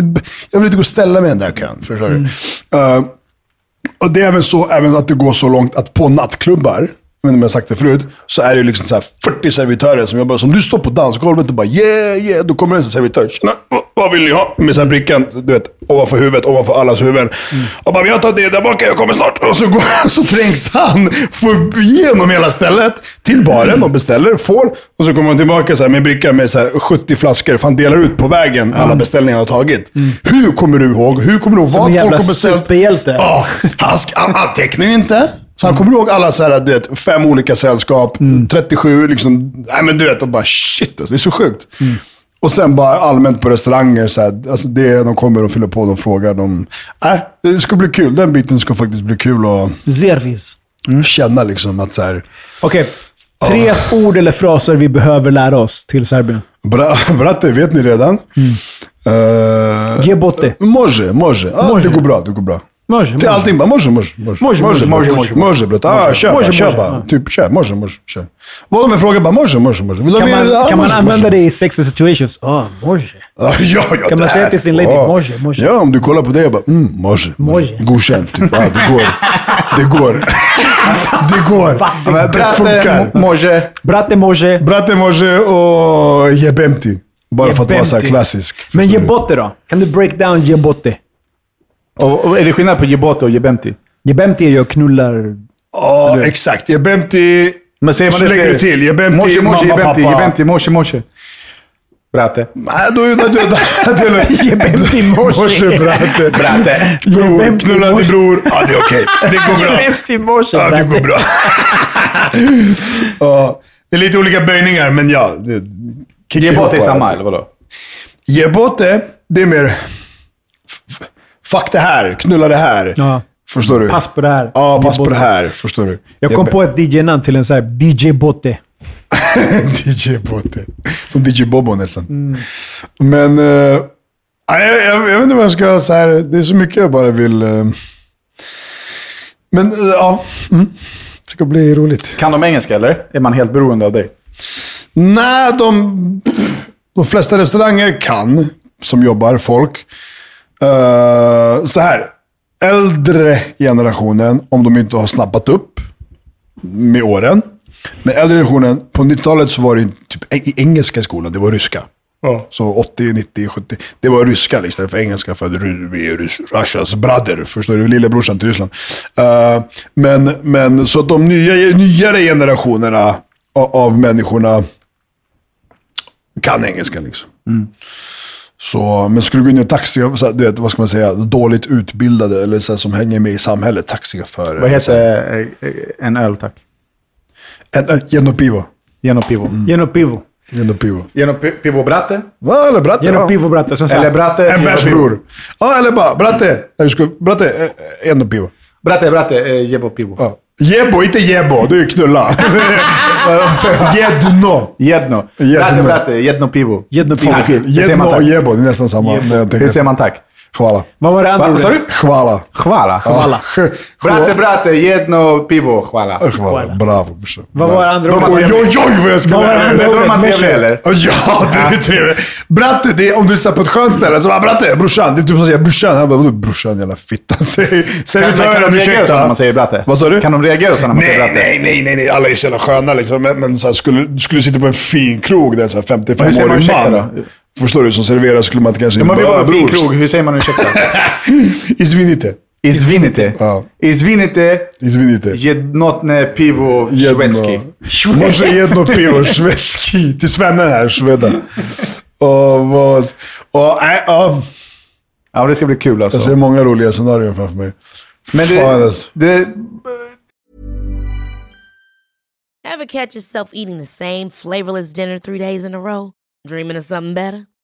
[SPEAKER 1] jag vill inte gå och ställa mig i den där kön. Förstår du? Eh, och det är även så även att det går så långt att på nattklubbar, jag vet inte om jag har sagt det förut, så är det ju liksom så här 40 servitörer som jobbar. Som du står på dansgolvet och bara yeah, yeah. Då kommer det en servitör. Tjena, vad- vad vill ni ha? Med så här brickan, du vet, ovanför huvudet, ovanför allas huvuden.
[SPEAKER 3] Mm.
[SPEAKER 1] Och bara, jag tar det där bak, jag kommer snart. Och så, går, så trängs han för, genom hela stället till baren och beställer, får. Och så kommer han tillbaka så här med en bricka med så här 70 flaskor. För han delar ut på vägen alla beställningar han har tagit. Hur kommer du ihåg? Hur kommer du ihåg
[SPEAKER 3] Mm. Som
[SPEAKER 1] vad
[SPEAKER 3] en
[SPEAKER 1] folk
[SPEAKER 3] jävla
[SPEAKER 1] har beställt?
[SPEAKER 3] superhjälte.
[SPEAKER 1] Ja, han, sk- han antecknar ju inte. Så han kommer ihåg alla så här, du vet, fem olika sällskap, 37, liksom. Nej men du vet, och bara shit alltså, det är så sjukt. Och sen bara allmänt på restauranger, så här, alltså det, de kommer och fyller på, de frågar. De, nej, det ska bli kul. Den biten ska faktiskt bli kul att
[SPEAKER 3] Zervis.
[SPEAKER 1] känna liksom att så här,
[SPEAKER 3] Okej. Tre ord eller fraser vi behöver lära oss till Serbien.
[SPEAKER 1] bra- bratte, vet ni redan? Mm. Uh,
[SPEAKER 3] Ge bort det.
[SPEAKER 1] Može, može. Ah,
[SPEAKER 3] Može.
[SPEAKER 1] Det går bra, det går bra.
[SPEAKER 3] Može,
[SPEAKER 1] Till
[SPEAKER 3] može.
[SPEAKER 1] allting bara može, može, može.
[SPEAKER 3] Može, može,
[SPEAKER 1] brate,
[SPEAKER 3] može,
[SPEAKER 1] Može, brate. Ah, kör bara,
[SPEAKER 3] Može,
[SPEAKER 1] kör
[SPEAKER 3] može,
[SPEAKER 1] bara.
[SPEAKER 3] ja.
[SPEAKER 1] Typ, kör. Može, može, kör. Vad de än frågar bara može, može, може. Vill de
[SPEAKER 3] Kan
[SPEAKER 1] mer?
[SPEAKER 3] man,
[SPEAKER 1] Ah,
[SPEAKER 3] kan man
[SPEAKER 1] može, može.
[SPEAKER 3] använda det i sexy situations? Ah, može.
[SPEAKER 1] Ja, ja,
[SPEAKER 3] Kan man
[SPEAKER 1] det
[SPEAKER 3] säga
[SPEAKER 1] är-
[SPEAKER 3] till sin lady,
[SPEAKER 1] ja.
[SPEAKER 3] "Može, može"?
[SPEAKER 1] Ja, om du kollar på det, jag bara, mm, može. pa,
[SPEAKER 3] Može.
[SPEAKER 1] Godkänt, typ. Ja, det går. Det går. Det går.
[SPEAKER 3] Pa,
[SPEAKER 1] Det funkar.
[SPEAKER 4] Može.
[SPEAKER 3] Brate može.
[SPEAKER 1] Brate može och jebem ti. Bara för att vara så här
[SPEAKER 3] Jebemti.
[SPEAKER 1] klassisk.
[SPEAKER 3] Men ge bort det då? Kan du break down ge bort det?
[SPEAKER 4] Och, och är det skillnad på Djibouti och Djibemti?
[SPEAKER 3] Jebemti är ju och knullar...
[SPEAKER 1] Ja, exakt. Jebemti.
[SPEAKER 4] Men säger man
[SPEAKER 1] Så
[SPEAKER 4] det
[SPEAKER 1] lägger du till. Jebemti,
[SPEAKER 4] Može,
[SPEAKER 1] mamma,
[SPEAKER 4] može, Jebemti,
[SPEAKER 1] pappa.
[SPEAKER 4] Jebemti, Može, Može. Brate.
[SPEAKER 1] Nej, då är det... då- då- det är-
[SPEAKER 3] Jebemti
[SPEAKER 1] Morse,
[SPEAKER 3] morse.
[SPEAKER 1] bratte.
[SPEAKER 4] Brate.
[SPEAKER 1] Bror,
[SPEAKER 3] Jebemti
[SPEAKER 1] knulla din
[SPEAKER 3] morse.
[SPEAKER 1] bror. Ja, det är okej. Det går bra.
[SPEAKER 3] Jebemti morse.
[SPEAKER 1] Ja, det
[SPEAKER 3] brate.
[SPEAKER 1] går bra. ja, det är lite olika böjningar, men ja. det- kicka ihop
[SPEAKER 4] Djibouti är
[SPEAKER 1] bara.
[SPEAKER 4] samma, eller vadå?
[SPEAKER 1] Jebote, det är mer... f- f- Fuck det här, knulla det här.
[SPEAKER 3] Ja.
[SPEAKER 1] Förstår du?
[SPEAKER 3] Pass på det här.
[SPEAKER 1] Ja, pass på
[SPEAKER 3] Jebote.
[SPEAKER 1] det här. Förstår du?
[SPEAKER 3] Jag kom på ett DJ-namn till en så här DJ Botte.
[SPEAKER 1] DJ Botte. Som DJ Bobo nästan. Men... eh, nej, jag, jag, jag vet inte vad jag ska säga. Det är så mycket jag bara vill... eh, men eh, ja. Mm. Det ska bli roligt.
[SPEAKER 4] Kan de engelska, eller? Är man helt beroende av dig?
[SPEAKER 1] Nej, de, de flesta restauranger kan, som jobbar, folk. Eh, så här. Äldre generationen, om de inte har snappat upp med åren. Men äldre generationen, på 90-talet så var det typ i engelska i skolan, det var ryska. Så 80, 90, 70. Det var ryska istället för engelska. För att Ru- vi är Rus- Russias brother. Förstår du? Lillebrorsan till Ryssland. Eh, men, men så att de nya, nyare generationerna av, av människorna kan engelska. Liksom.
[SPEAKER 4] Mm.
[SPEAKER 1] Så, men skulle du gå in i en taxi, så här, du vet, vad ska man säga, dåligt utbildade eller så här, som hänger med i samhället, taxichaufförer.
[SPEAKER 4] Vad heter eh, eh, en öl, tack?
[SPEAKER 1] En, en, genom pivo.
[SPEAKER 4] Genom pivo.
[SPEAKER 1] Mm.
[SPEAKER 3] Genom pivo.
[SPEAKER 1] Genom pivo.
[SPEAKER 4] Genom pi- pivo bratte?
[SPEAKER 1] Va, eller bratte?
[SPEAKER 3] Genom
[SPEAKER 1] va?
[SPEAKER 3] pivo bratte. Som så här.
[SPEAKER 4] Eller bratte?
[SPEAKER 1] En bärs bror. Ja, eller bara, bratte. När du ska, bratte, eh, genom pivo.
[SPEAKER 4] Bratte, bratte, eh, Jebo pivo.
[SPEAKER 1] Ja. Jebo, inte jebo. Det är ju knulla. Jedno.
[SPEAKER 4] Jedno. Brate,
[SPEAKER 1] Jedno.
[SPEAKER 4] brate, jedno pivo.
[SPEAKER 3] Jedno pivo.
[SPEAKER 4] Tack. Hur säger
[SPEAKER 1] Jedno
[SPEAKER 4] man
[SPEAKER 1] och
[SPEAKER 4] tack?
[SPEAKER 1] jebo, det är nästan samma. när jag tänker
[SPEAKER 4] Hur säger man tack?
[SPEAKER 1] Chvala.
[SPEAKER 3] Vad var det andra
[SPEAKER 4] Va, vad sa
[SPEAKER 3] ordet?
[SPEAKER 4] du?
[SPEAKER 1] Chvala.
[SPEAKER 4] Hvala. Hvala. Brate, brate, jedno pivo, hvala.
[SPEAKER 1] Chvala. Eh, Bravo brorsan.
[SPEAKER 3] Vad var det andra
[SPEAKER 4] De har-
[SPEAKER 1] Oj,
[SPEAKER 3] ordet?
[SPEAKER 1] oj, oj vad jag skulle
[SPEAKER 3] Vad var det andra
[SPEAKER 4] Men då är man
[SPEAKER 3] ordet?
[SPEAKER 4] trevlig, eller?
[SPEAKER 1] Ja, det är ju trevligt. Bratte, det är, om du är på ett skönt ställe så bara “bratte, brorsan”. Det är typ som att säga “brorsan”. Han bara “vadå brorsan jävla fitta?” Säg säg
[SPEAKER 4] Kan,
[SPEAKER 1] ut
[SPEAKER 4] men, kan
[SPEAKER 1] öronen,
[SPEAKER 4] de reagera så
[SPEAKER 1] ursäkta.
[SPEAKER 4] när man säger bratte?
[SPEAKER 1] Vad sa du?
[SPEAKER 4] Kan de reagera så när man
[SPEAKER 1] nej,
[SPEAKER 4] säger bratte?
[SPEAKER 1] Nej, nej, nej, nej. Alla är så jävla sköna liksom. Men, men så här, skulle, du skulle sitta på en fin krog där en så här
[SPEAKER 4] Hur säger man
[SPEAKER 1] 55-årig
[SPEAKER 4] ursäkta
[SPEAKER 1] man. Förstår du? Som serverar skulle man inte kanske...
[SPEAKER 4] Ja, men vi har en fin
[SPEAKER 1] "Brors,
[SPEAKER 4] krog, hur säger man ursäkta?
[SPEAKER 1] Izvinite.
[SPEAKER 4] Izvinite.
[SPEAKER 1] Ja.
[SPEAKER 4] Izvinite,
[SPEAKER 1] Izvinite.
[SPEAKER 4] jednotne pivo švedski.
[SPEAKER 1] Może jedno piwo szwedzki. Ty Svenne här, Szweda. Och, vad- och, äh, ja.
[SPEAKER 4] Ja, det ska bli kul alltså.
[SPEAKER 1] Jag ser många roliga scenarion framför mig.
[SPEAKER 4] Men
[SPEAKER 1] Fan,
[SPEAKER 4] det,
[SPEAKER 1] alltså.
[SPEAKER 4] det,
[SPEAKER 5] Ever catch yourself eating the same flavorless dinner three days in a row? Dreaming of something better?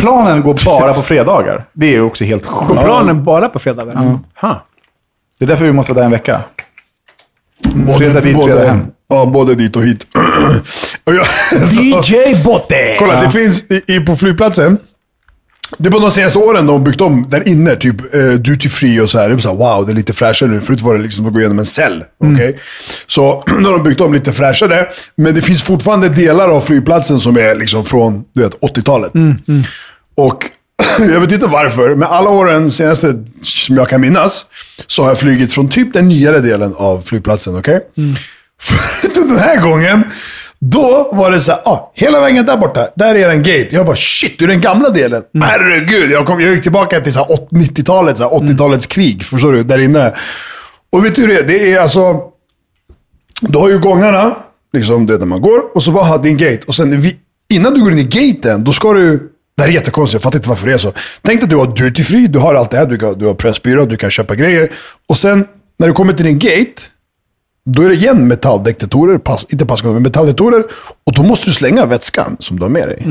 [SPEAKER 4] planen går bara på fredagar. Det är ju också helt sjukt.
[SPEAKER 3] Går planen bara på fredagar?
[SPEAKER 4] Ha. Det är därför vi måste vara där en vecka.
[SPEAKER 1] Både,
[SPEAKER 4] Fredag dit,
[SPEAKER 1] både
[SPEAKER 4] fredag
[SPEAKER 1] hem.
[SPEAKER 4] hem.
[SPEAKER 1] Ja, både dit och hit. Och jag-
[SPEAKER 3] DJ Botte!
[SPEAKER 1] Alltså, Kolla, det finns i, i, på flygplatsen. Det är på de senaste åren de har byggt om där inne, typ eh, duty free och så här. Det är så här, wow, det är lite fräschare nu. Förut var det liksom att gå igenom en cell. okej? Så nu har de byggt om lite fräschare. Men det finns fortfarande delar av flygplatsen som är liksom från du vet, 80-talet. Och jag vet inte varför, men alla åren senaste som jag kan minnas så har jag flugit från typ den nyare delen av flygplatsen. Okej? Förutom den här gången, då var det så här, ah, hela vägen där borta, där är en gate. Jag bara, shit, du är den gamla delen. Herregud, jag, kom, jag gick tillbaka till så här åt- 90-talet, så här 80-talets krig, förstår du, där inne. Och vet du hur det är? Det är alltså, du har ju gångarna, liksom det där man går, och så bara din gate. Och sen vi, innan du går in i gaten, då ska du... Det här är jättekonstigt, jag fattar inte varför det är så. Tänk att du har duty free, du har allt det här, du, kan, du har pressbyrå, du kan köpa grejer. Och sen när du kommer till din gate, då är det igen metalldektorer, pass, inte passkontroll, men metalldetektorer. Och då måste du slänga vätskan som du har med dig.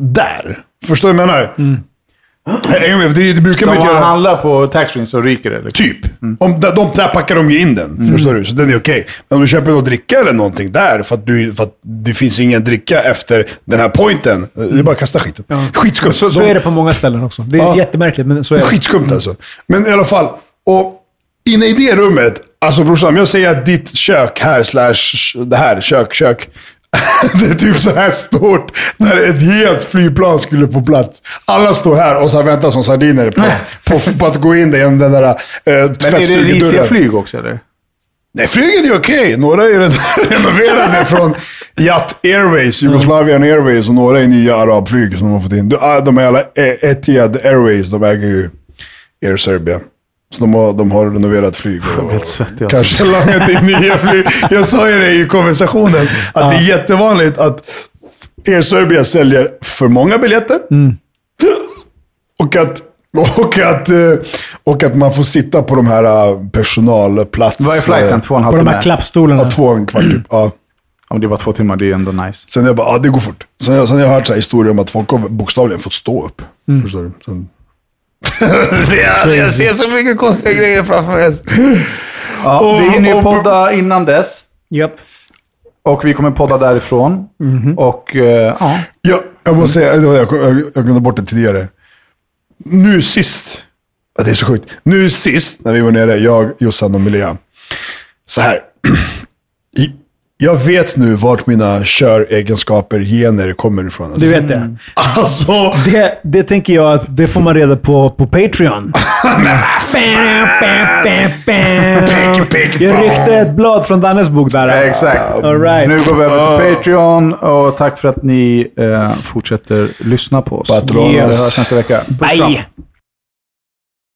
[SPEAKER 1] Där! Förstår du vad jag menar? Mm. Det, det brukar
[SPEAKER 4] Så
[SPEAKER 1] man
[SPEAKER 4] om
[SPEAKER 1] inte
[SPEAKER 4] man
[SPEAKER 1] göra.
[SPEAKER 4] handlar på taxfree så ryker det. Liksom.
[SPEAKER 1] Typ. Om, där, de, där packar de ju in den,
[SPEAKER 3] Mm.
[SPEAKER 1] förstår du? Så den är okej. Men om du köper något dricka eller någonting där, för att, du, för att det finns ingen dricka efter den här pointen. eh, Det är bara att kasta skiten. Skitskumt.
[SPEAKER 3] Så, så
[SPEAKER 1] De-
[SPEAKER 3] är det på många ställen också. Det är
[SPEAKER 1] Ja.
[SPEAKER 3] jättemärkligt, men så är
[SPEAKER 1] det är
[SPEAKER 3] det.
[SPEAKER 1] skitskumt alltså. Men i alla fall. Och inne i det rummet, alltså brorsan, om jag säger att ditt kök här, slash det här, kök, kök. det är typ så här stort när ett helt flygplan skulle på plats. Alla står här och så här väntar som sardiner på, på, på att gå in genom den där eh,
[SPEAKER 4] Men är det risiga
[SPEAKER 1] tvättstugedörren.
[SPEAKER 4] flyg också eller?
[SPEAKER 1] Nej, flygen är okej. Några är redan renoverade från Jat Airways,
[SPEAKER 4] Mm.
[SPEAKER 1] Jugoslavian Airways och några är nya arabflyg som de har fått in. Du, ah, De här jävla E- Etihad Airways, de äger ju Air Serbia. Så de har, de har renoverat flyg och
[SPEAKER 4] helt svettig, alltså.
[SPEAKER 1] kanske langat in nya flyg. Jag sa ju det i konversationen, att det är jättevanligt att Air Serbia säljer för många biljetter.
[SPEAKER 4] Mm.
[SPEAKER 1] Och att, och, att, eh, och att man får sitta på de här eh, personalplats...
[SPEAKER 4] Vad är flighten?
[SPEAKER 1] eh,
[SPEAKER 4] Två och en halv
[SPEAKER 3] På de
[SPEAKER 4] timme?
[SPEAKER 3] här klappstolarna.
[SPEAKER 1] Ja, två och en kvart typ. Ja.
[SPEAKER 4] Ja, men det är bara två timmar, det är ändå nice.
[SPEAKER 1] Sen jag bara, ja det går fort. Sen, jag- sen har jag hört så här historier om att folk har bokstavligen fått stå upp. Förstår du? Sen... jag, jag ser så mycket konstiga grejer framför mig.
[SPEAKER 4] Ja,
[SPEAKER 1] Och-
[SPEAKER 4] vi hinner ju
[SPEAKER 1] och-
[SPEAKER 4] podda innan dess.
[SPEAKER 3] Japp.
[SPEAKER 4] Och vi kommer podda därifrån.
[SPEAKER 3] Mhm.
[SPEAKER 4] Och eh, ja,
[SPEAKER 1] Jag, jag måste säga, det var- jag, jag, jag glömde bort det tidigare. Nu sist, ja, det är så sjukt. Nu sist, när vi var nere, jag, Jossan och Milea. Så här. I- Jag vet nu vart mina köregenskaper, gener, kommer ifrån.
[SPEAKER 3] Du vet
[SPEAKER 1] Mm.
[SPEAKER 3] det.
[SPEAKER 1] Alltså,
[SPEAKER 3] det. Det tänker jag att det får man reda på på Patreon. jag ryckte ett blad från Dannes bok där.
[SPEAKER 4] exakt.
[SPEAKER 3] All right.
[SPEAKER 4] Nu går vi över till Patreon och tack för att ni eh, fortsätter lyssna på oss.
[SPEAKER 1] Patronas.
[SPEAKER 4] Vi hörs nästa vecka. Puss fram.
[SPEAKER 3] Bye!